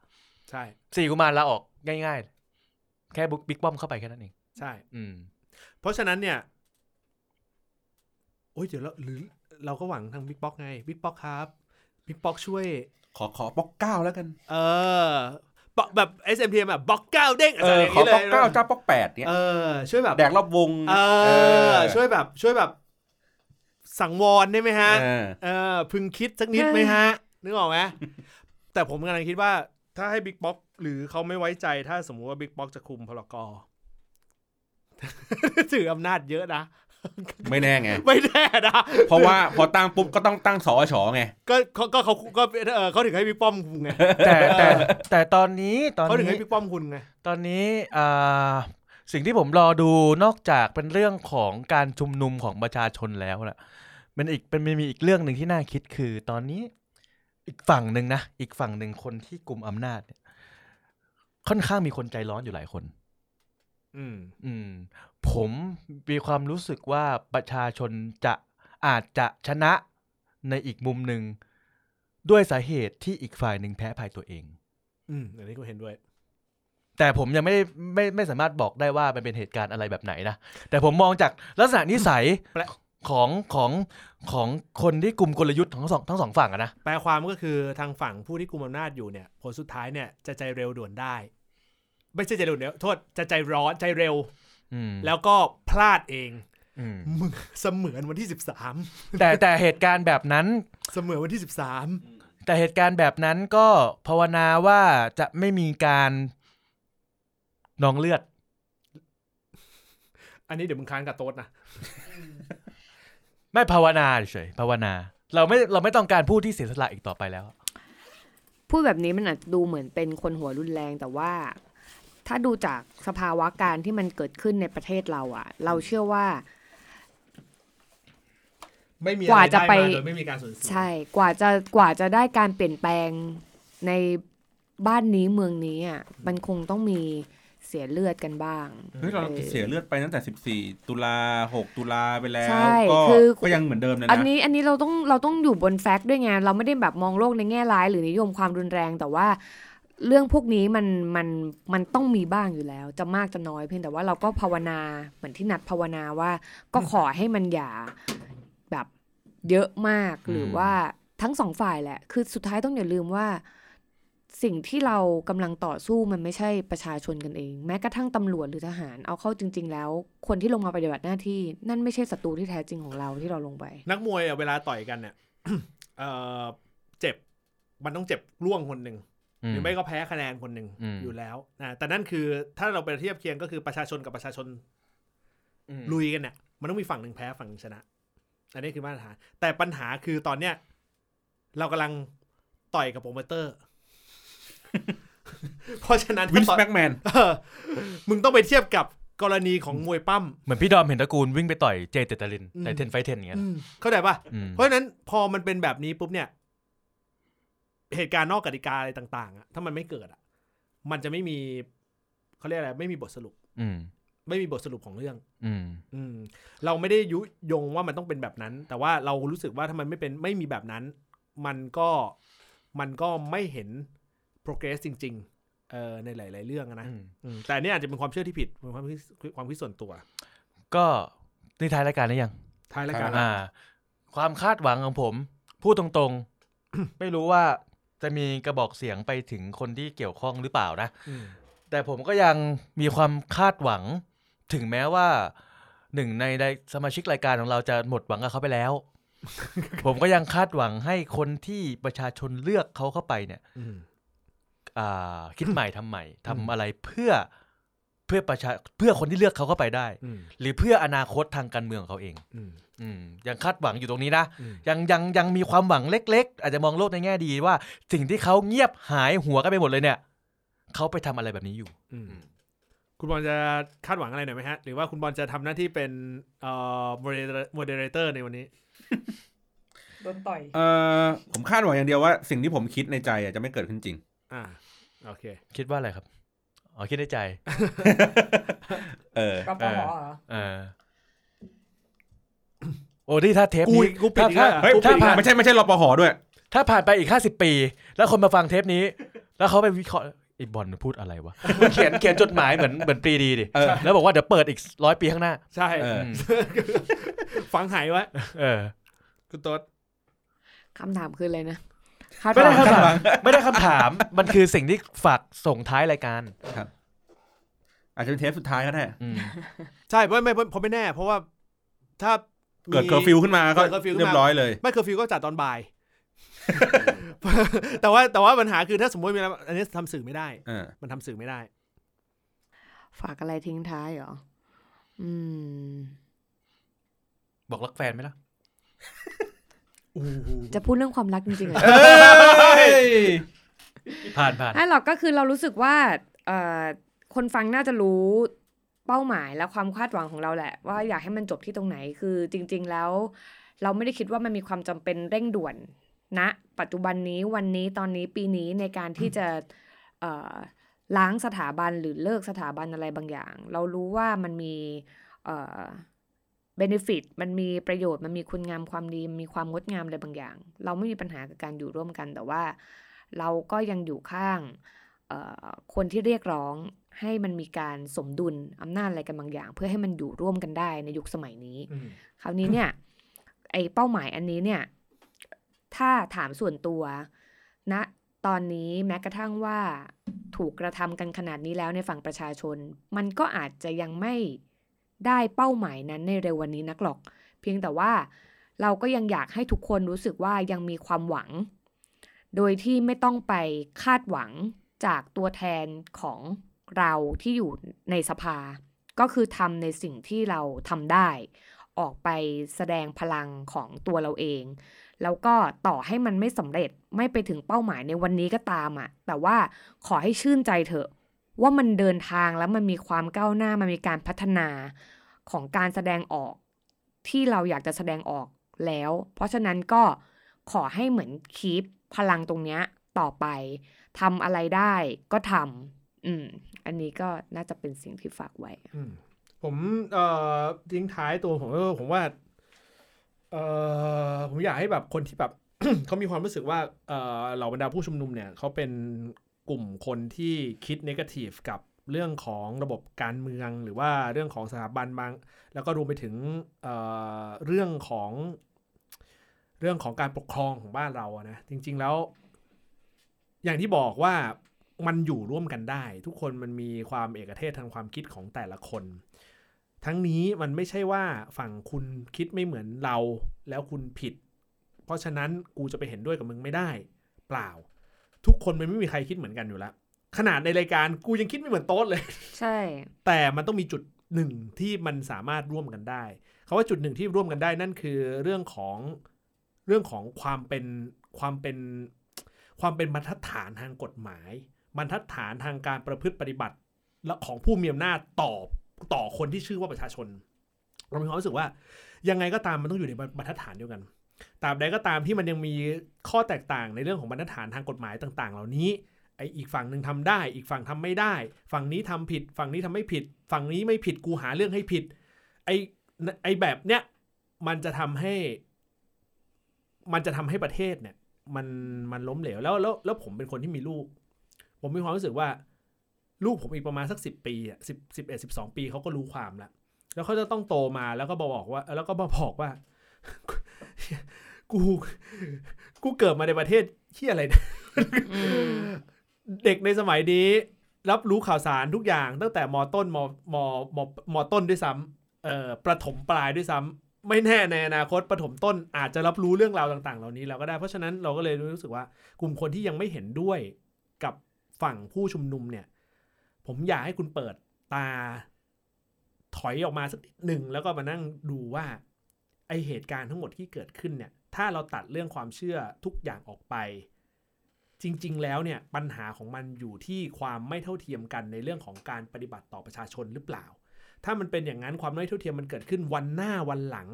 ใช่ สี่กุมารลาออกง่าย ๆ แค่บิ๊กป้อมเข้าไปแค่นั้นเอง ใช่ อืม เพราะฉะนั้นเนี่ย โอ้ยเดี๋ยวเราหรือเราก็หวังทางบิ๊กบ็อกไงบิ๊กบ็อกครับบิ๊กบ็อกช่วย ขอขอป๊อกเก้าแล้วกัน เออบอกแบบ SMTM แบบบ็อกเก้าเด้งอะ เอ ไรอ อย่าง ขอ งี้เล ป๊อก ย เก้าเจ้าป๊อกแปดเนี่ย เออ ช่วยแบบ แดกรอบวง เออ ช่วยแบบ ช่วยแบบ สังวรได้ไหมฮะ เออ เออพึงคิดสักนิด เออ ไหมฮะ นึกออกไหม แต่ผมกำลังคิดว่า ถ้าให้บิ๊กบ็อกหรือเขาไม่ไว้ใจ ถ้าสมมุติว่าบิ๊กบ็อกจะคุมพลกร ถืออำนาจเยอะนะ ไม่แน่ไง ไม่แน่นะ เพราะว่าพอตั้งปุ๊บก็ต้องตั้งสอชอไง ก็ก็ก็เขาก็เออเขาถึงให้พี่ป้อมคุมไง แต่แต่แต่ตอนนี้ตอน เขาถึง นี้ ให้พี่ป้อมคุณไง ตอนนี้อ่าสิ่งที่ผมรอดูนอกจากเป็นเรื่องของการชุมนุมของประชาชนแล้วนะมันอีกเป็นมันมีอีกเรื่องหนึ่งที่น่าคิดคือ ตอนนี้อีกฝั่งหนึ่งนะอีกฝั่งหนึ่งคนที่กลุ่มอำนาจเนี่ยค่อนข้างมีคนใจร้อนอยู่หลายคน อืม อืมผมมีความรู้สึกว่าประชาชนจะอาจจะชนะในอีกมุมหนึ่ง ด้วยสาเหตุที่อีกฝ่ายหนึ่งแพ้ภายตัวเอง อืมอันนี้ก็เห็นด้วย แต่ผมยังไม่ได้ไม่ไม่สามารถบอกได้ว่ามันเป็นเหตุการณ์อะไรแบบไหนนะ แต่ผมมองจากลักษณะนิสัย แปล ของของของคนที่กลุ่มกลยุทธ์ทั้งสองทั้งสองฝั่งอะนะ แปลความก็คือทางฝั่งผู้ที่กุมอำนาจอยู่เนี่ยผลสุดท้ายเนี่ยจะใจเร็วด่วนได้ ไม่ใช่ใจเร็วเดี๋ยวโทษจะใจร้อนใจเร็ว อืม แล้วก็พลาดเอง อืม มึงเสมือนวันที่สิบสาม แต่แต่เหตุการณ์แบบนั้น เสมือนวันที่สิบสาม แต่เหตุการณ์แบบนั้นก็ภาวนาว่าจะไม่มีการนองเลือด อันนี้เดี๋ยวมึงค้างกับโต๊ดนะ ไม่ภาวนาเฉยๆภาวนา เราไม่เราไม่ต้องการผู้ที่เสียสละอีกต่อไปแล้ว พูดแบบนี้มันอาจจะดูเหมือนเป็นคนหัวรุนแรงแต่ว่า ถ้าดูจากสภาวะการที่มันเกิดขึ้นในประเทศเราอะเราเชื่อว่า ไม่มี กว่าจะไป อรด้มาโดยไม่มีการสูญเสีย ใช่กว่าจะกว่าจะได้การเปลี่ยนแปลงในบ้านนี้เมืองนี้อ่ะมันคงต้องมีเสียเลือดกันบ้าง เฮ้ยเราเสียเลือดไปตั้งแต่ 14 ตุลา 6 ตุลาไปแล้ว ใช่ ก็ คือ ก็ยังเหมือนเดิมเลย อัน นะ นี้อันนี้เราต้องเราต้องอยู่บนแฟกต์ด้วยไงเราไม่ได้แบบมองโลกในแง่ร้ายหรือนิยมความรุนแรง แต่ว่าเรื่องพวกนี้มันมันมันต้องมีบ้างอยู่แล้ว จะมากจะน้อยเพียงแต่ว่าเราก็ภาวนาเหมือนที่นัดภาวนาว่าก็ขอให้มันอย่าแบบเยอะมากหรือว่าทั้งสองฝ่ายแหละ คือสุดท้ายต้องอย่าลืมว่า สิ่งที่เรากำลังต่อสู้มันไม่ใช่ประชาชนกันเอง แม้กระทั่งตำรวจหรือทหารเอาเข้าจริง ๆ แล้ว คนที่ลงมาปฏิบัติหน้าที่นั่นไม่ใช่ศัตรูที่แท้จริงของเราที่เราลงไป นักมวยอะเวลาต่อยกันเนี่ย เออเจ็บมันต้องเจ็บร่วงคนหนึ่ง หรือไม่ก็แพ้คะแนนคนหนึ่ง อืม อยู่แล้วนะแต่นั่นคือถ้าเราไปเทียบเคียงก็คือประชาชนกับประชาชนลุยกันเนี่ยมันต้องมีฝั่งหนึ่งแพ้ฝั่งหนึ่งชนะ อันนี้คือมาตรฐานแต่ปัญหาคือตอนเนี้ยเรากำลังต่อยกับโปรโมเตอร์ เพราะฉะนั้น วินส์ ถ้าต่อย แม็กแมน เออ มึงต้องไปเทียบกับกรณีของมวยปั้ม เหมือนพี่ดอมเห็นตระกูลวิ่งไปต่อยเจเจตลิน อืม ในเทนไฟเทนอย่างเงี้ย อืมเข้าใจป่ะ อืม เพราะฉะนั้นพอมันเป็นแบบนี้ปุ๊บเนี่ย เหตุการณ์นอกกติกาอะไรต่างๆอะถ้ามันไม่เกิดอะมันจะไม่มีเขาเรียกอะไรไม่มีบทสรุป อืม ไม่มีบทสรุปของเรื่อง อืม อืม เราไม่ได้ยุยงว่ามันต้องเป็นแบบนั้น แต่ว่าเรารู้สึกว่าถ้ามันไม่เป็นไม่มีแบบนั้น มันก็มันก็ไม่เห็น progress จริง ๆ เอ่อในหลาย ๆ เรื่องอะนะ อืม อืมแต่อันนี่อาจจะเป็นความเชื่อที่ผิดเป็นความคิดความคิดส่วนตัว ก็นี่ท้ายรายการหรือยัง ท้ายรายการ คบ อ่า ความคาดหวังของผม พูดตรงๆ ไม่รู้ว่าจะมีกระบอกเสียงไปถึงคนที่เกี่ยวข้องหรือเปล่านะ อืม แต่ผมก็ยังมีความคาดหวัง ถึงแม้ว่าหนึ่งในในสมาชิกรายการของเราจะหมดหวังกับเขาไป แล้ว ผมก็ยังคาดหวังให้คนที่ประชาชนเลือกเขาเข้าไปเนี่ย อืม อ่าคิดใหม่ทำใหม่ทำอะไรเพื่อเพื่อประชาเพื่อคนที่เลือกเขาเข้าไปได้ อืม หรือเพื่ออนาคตทางการเมืองของเขาเอง อืม อืมยังคาดหวังอยู่ตรงนี้นะ อืม ยังยังยังมีความหวังเล็ก ๆ อาจจะมองโลกในแง่ดีว่า สิ่งที่เขาเงียบหายหัวกันไปหมดเลยเนี่ยเขาไปทำอะไรแบบนี้อยู่ อืมคุณบอลจะคาดหวังอะไรหน่อยไหมฮะ หรือว่าคุณบอลจะทำหน้าที่เป็นเอ่อโมเดเลเตอร์ในวันนี้ โดนต่อย เอ่อผมคาดหวังอย่างเดียวว่าสิ่งที่ผมคิดในใจอะจะไม่เกิดขึ้นจริง อ่า โอเค คิดว่าอะไรครับ อ๋อ คิดในใจ เออ กป เอ ห อ เหรอ เออ โอ้ที่ถ้าเทป กู นี้ กูปิดอีกแล้วถ้าถ้าเหรอ เฮ้ย ถ้าผ่าน ไม่ใช่ไม่ใช่รปหด้วย ถ้าผ่านไปอีกห้าสิบปี แล้วคนมาฟังเทปนี้ แล้วเขาไปวิเคราะห์ไอ้บอลมันพูดอะไรวะ มันเขียนเขียนจดหมายเหมือนเหมือนปรีดีดิ เออ แล้วบอกว่าเดี๋ยวเปิดอีกร้อยปีข้างหน้า ใช่ เออ ฟังหายไว้ เออ คุณโต๊ด คำถามคืออะไรนะคาดห ไม่ วั ได้ ง คำถ ามไม่ได้คำถาม มันคือสิ่งที่ฝากส่งท้ายรายการ อาจจะเป็นเทปสุดท้ายก็ได้ อืม ใช่เพราะไม่เพราะไม่แน่ เพราะว่าถ้ามี เกิดเคอร์ฟิวขึ้นมาก็ เกิดเคอร์ฟิวขึ้นมา เรียบร้อยเลย ไม่เคอร์ฟิวก็จัดตอนบ่าย แต่ว่าแต่ว่าปัญหาคือถ้าสมมติมีอะไรอันนี้ทำสื่อไม่ได้ เออ มันทำสื่อไม่ได้ ฝากอะไรทิ้งท้ายเหรอ อืม บอกรักแฟนไหมล่ะ อู้หู จะพูดเรื่องความรักจริ งๆเหรอ ผ่านผ่าน นั่นหรอกก็คือเรารู้สึกว่าเอ่อคนฟังน่าจะรู้เป้าหมายและความคาดหวังของเราแหละ ว่าอยากให้มันจบที่ตรงไหนคือจริง ๆ แล้ว เราไม่ได้คิดว่ามันมีความจำเป็นเร่งด่วนณนะปัจจุบันนี้วันนี้ตอนนี้ปีนี้ในการที่จะเอ่อล้างสถาบันหรือเลิกสถาบันอะไรบางอย่าง เรารู้ว่ามันมีเอ่อ benefit มันมีประโยชน์มันมีคุณงามความดีมันมีความงดงามอะไรบางอย่าง เราไม่มีปัญหากับการอยู่ร่วมกันแต่ว่า เราก็ยังอยู่ข้างเอ่อคนที่เรียกร้องให้มันมีการสมดุลอำนาจอะไรกันบางอย่าง เพื่อให้มันอยู่ร่วมกันได้ในยุคสมัยนี้ อืม คราวนี้เนี่ย ไอเป้าหมายอันนี้เนี่ย ถ้าถามส่วนตัวณนะตอนนี้แม้กระทั่งว่าถูกกระทำกันขนาดนี้แล้วในฝั่งประชาชน มันก็อาจจะยังไม่ได้เป้าหมายนั้นในเร็ววันนี้นักหรอก เพียงแต่ว่าเราก็ยังอยากให้ทุกคนรู้สึกว่ายังมีความหวัง โดยที่ไม่ต้องไปคาดหวังจากตัวแทนของเราที่อยู่ในสภา ก็คือทำในสิ่งที่เราทำได้ ออกไปแสดงพลังของตัวเราเอง แล้วก็ต่อให้มันไม่สำเร็จไม่ไปถึงเป้าหมายในวันนี้ก็ตามอะ่ะ แต่ว่าขอให้ชื่นใจเถอะ ว่ามันเดินทางแล้วมันมีความก้าวหน้ามันมีการพัฒนาของการแสดงออกที่เราอยากจะแสดงออกแล้ว เพราะฉะนั้นก็ขอให้เหมือนคีปพลังตรงเนี้ยต่อไปทำอะไรได้ก็ทำอืม อันนี้ก็น่าจะเป็นสิ่งที่ฝากไว้ อืมผมเอ่อทิ้งท้ายตัวผมก็ผมว่าเอ่อผมอยากให้แบบคนที่แบบ เขามีความรู้สึกว่าเอ่อเหล่าบรรดาผู้ชุมนุมเนี่ยเขาเป็นกลุ่มคนที่คิดนกาทีฟกับเรื่องของระบบการเมืองหรือว่าเรื่องของสถาบันบาง แล้วก็รวมไปถึงเอ่อเรื่องของเรื่องของการปกครองของบ้านเราอะนะจริง ๆแล้ว อย่างที่บอกว่ามันอยู่ร่วมกันได้ ทุกคนมันมีความเอกเทศทางความคิดของแต่ละคน ทั้งนี้มันไม่ใช่ว่าฝั่งคุณคิดไม่เหมือนเราแล้วคุณผิด เพราะฉะนั้นกูจะไปเห็นด้วยกับมึงไม่ได้ เปล่า ทุกคนมันไม่มีใครคิดเหมือนกันอยู่แล้ว ขนาดในรายการกูยังคิดไม่เหมือนโต๊ดเลย ใช่ แต่มันต้องมีจุดหนึ่งที่มันสามารถร่วมกันได้คาว่าจุดหนึ่งที่ร่วมกันได้นั่นคือเรื่องของเรื่องของความเป็นความเป็นความเป็นบรรทัดฐานทางกฎหมาย บรรทัดฐานทางการประพฤติปฏิบัติ และของผู้มีอำนาจต่อต่อคนที่ชื่อว่าประชาชน เรามีความรู้สึกว่ายังไงก็ตามมันต้องอยู่ในบรรทัดฐานเดียวกันตราบใดก็ตามที่มันยังมีข้อแตกต่างในเรื่องของบรรทัดฐานทางกฎหมายต่าง ๆ เหล่านี้ ไออีกฝั่งหนึ่งทำได้ อีกฝั่งทำไม่ได้ ฝั่งนี้ทำผิด ฝั่งนี้ทำไม่ผิด ฝั่งนี้ไม่ผิดกูหาเรื่องให้ผิด ไอไอแบบเนี้ยมันจะทำให้ มันจะทำให้ประเทศเนี่ย มันมันล้มเหลวแล้วแล้วแล้วผมเป็นคนที่มีลูก ผมมีความรู้สึกว่า ลูกผมอีกประมาณสักสิบปีอ่ะสิบสิบเอ็ดสิบสองปีเขาก็รู้ความละแล้วเขาจะต้องโตมาแล้วก็บอกว่า แล้วก็มาบอกว่า กูกูเกิดมาในประเทศที่อะไรเนี่ย เด็กในสมัยนี้ รับรู้ข่าวสารทุกอย่างตั้งแต่มต้นมมมมต้นด้วยซ้ำเอ่อประถมปลายด้วยซ้ำไม่แน่ในอนาคตประถมต้นอาจจะรับรู้เรื่องราวต่าง ๆ เหล่านี้แล้วก็ได้เพราะฉะนั้นเราก็เลยรู้สึกว่ากลุ่มคนที่ยังไม่เห็นด้วยกับฝั่งผู้ชุมนุมเนี่ย ผมอยากให้คุณเปิดตา ถอยออกมาสักนิดหนึ่งแล้วก็มานั่งดูว่า ไอเหตุการณ์ทั้งหมดที่เกิดขึ้นเนี่ย ถ้าเราตัดเรื่องความเชื่อทุกอย่างออกไป จริง ๆ แล้วเนี่ยปัญหาของมันอยู่ที่ความไม่เท่าเทียมกันในเรื่องของการปฏิบัติต่อประชาชนหรือเปล่า ถ้ามันเป็นอย่างนั้นความไม่เท่าเทียมมันเกิดขึ้นวันหน้าวันหลัง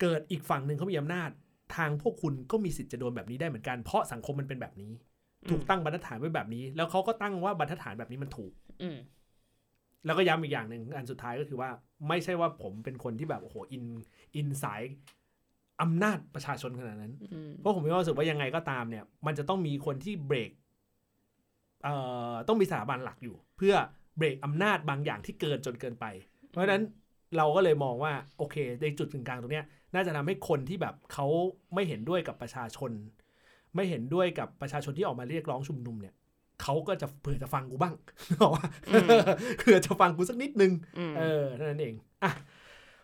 เกิดอีกฝั่งหนึ่งเขามีอำนาจ ทางพวกคุณก็มีสิทธิ์จะโดนแบบนี้ได้เหมือนกันเพราะสังคมมันเป็นแบบนี้ ถูกตั้งบรรทัดฐานไว้แบบนี้ แล้วเขาก็ตั้งว่าบรรทัดฐานแบบนี้มันถูก อืม แล้วก็ย้ำอีกอย่างหนึ่งอันสุดท้ายก็คือว่า ไม่ใช่ว่าผมเป็นคนที่แบบโอ้โหอินอินสายอำนาจประชาชนขนาดนั้น อืม เพราะผมมีความรู้สึกว่ายังไงก็ตามเนี่ย มันจะต้องมีคนที่เบรกเอ่อต้องมีสถาบันหลักอยู่ เพื่อเบรกอำนาจบางอย่างที่เกินจนเกินไป เพราะฉะนั้นเราก็เลยมองว่าโอเค ในจุดกึ่งกลางตรงเนี้ย น่าจะทำให้คนที่แบบเขาไม่เห็นด้วยกับประชาชน ไม่เห็นด้วยกับประชาชนที่ออกมาเรียกร้องชุมนุมเนี่ยเขาก็จะเผื่อจะฟังกูบ้าง บอกว่า อืม เผื่อจะฟังกูสักนิดนึง อืม เออเท่านั้นเองอ่ะ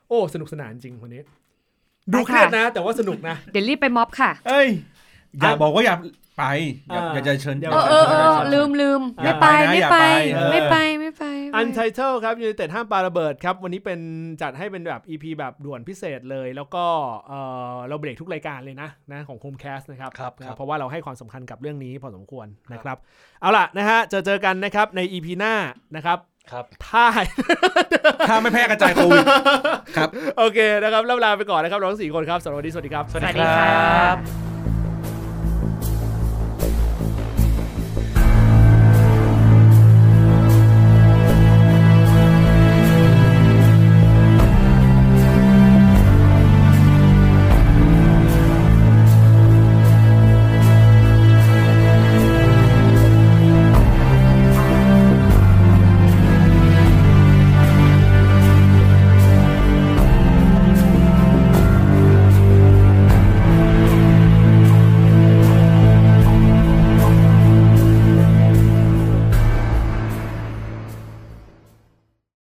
โอ้ สนุกสนานจริงวันนี้ ดู ไปเคค่ะรียดนะ แต่ว่าสนุกนะ เดี๋ยวรีบไปม็อบค่ะ เอ้ย อย่า อ่ะ บอกว่าอย่าไป อย่า อ่า อย่าจะเชิญ เดี๋ยว เออชิญเออเออ ชิญ ลืมลืม อ ไม่ ย่าไปนะไปไม่ อย่าไปไปเออ ไม่ไปไม่ไป อันไทเทลครับยูไนเต็ดห้ามปาระเบิดครับ วันนี้เป็นจัดให้เป็นแบบ EP แบบด่วนพิเศษเลย แล้วก็เออเราเบรกทุกรายการเลยนะนะของ Homecast นะครับ ครับ นะครับ เพราะว่าเราให้ความสำคัญกับเรื่องนี้พอสมควรนะครับ เอาล่ะนะฮะเจอเจอกันนะครับใน EP หน้านะครับ ครับ ถ้า ถ้าไม่แพร่กระจายโควิด ครับ โอเคนะครับแล้วลาไปก่อนนะครับเราทั้งสี่คนครับสวัสดีสวัสดีครับ สวัสดีครับ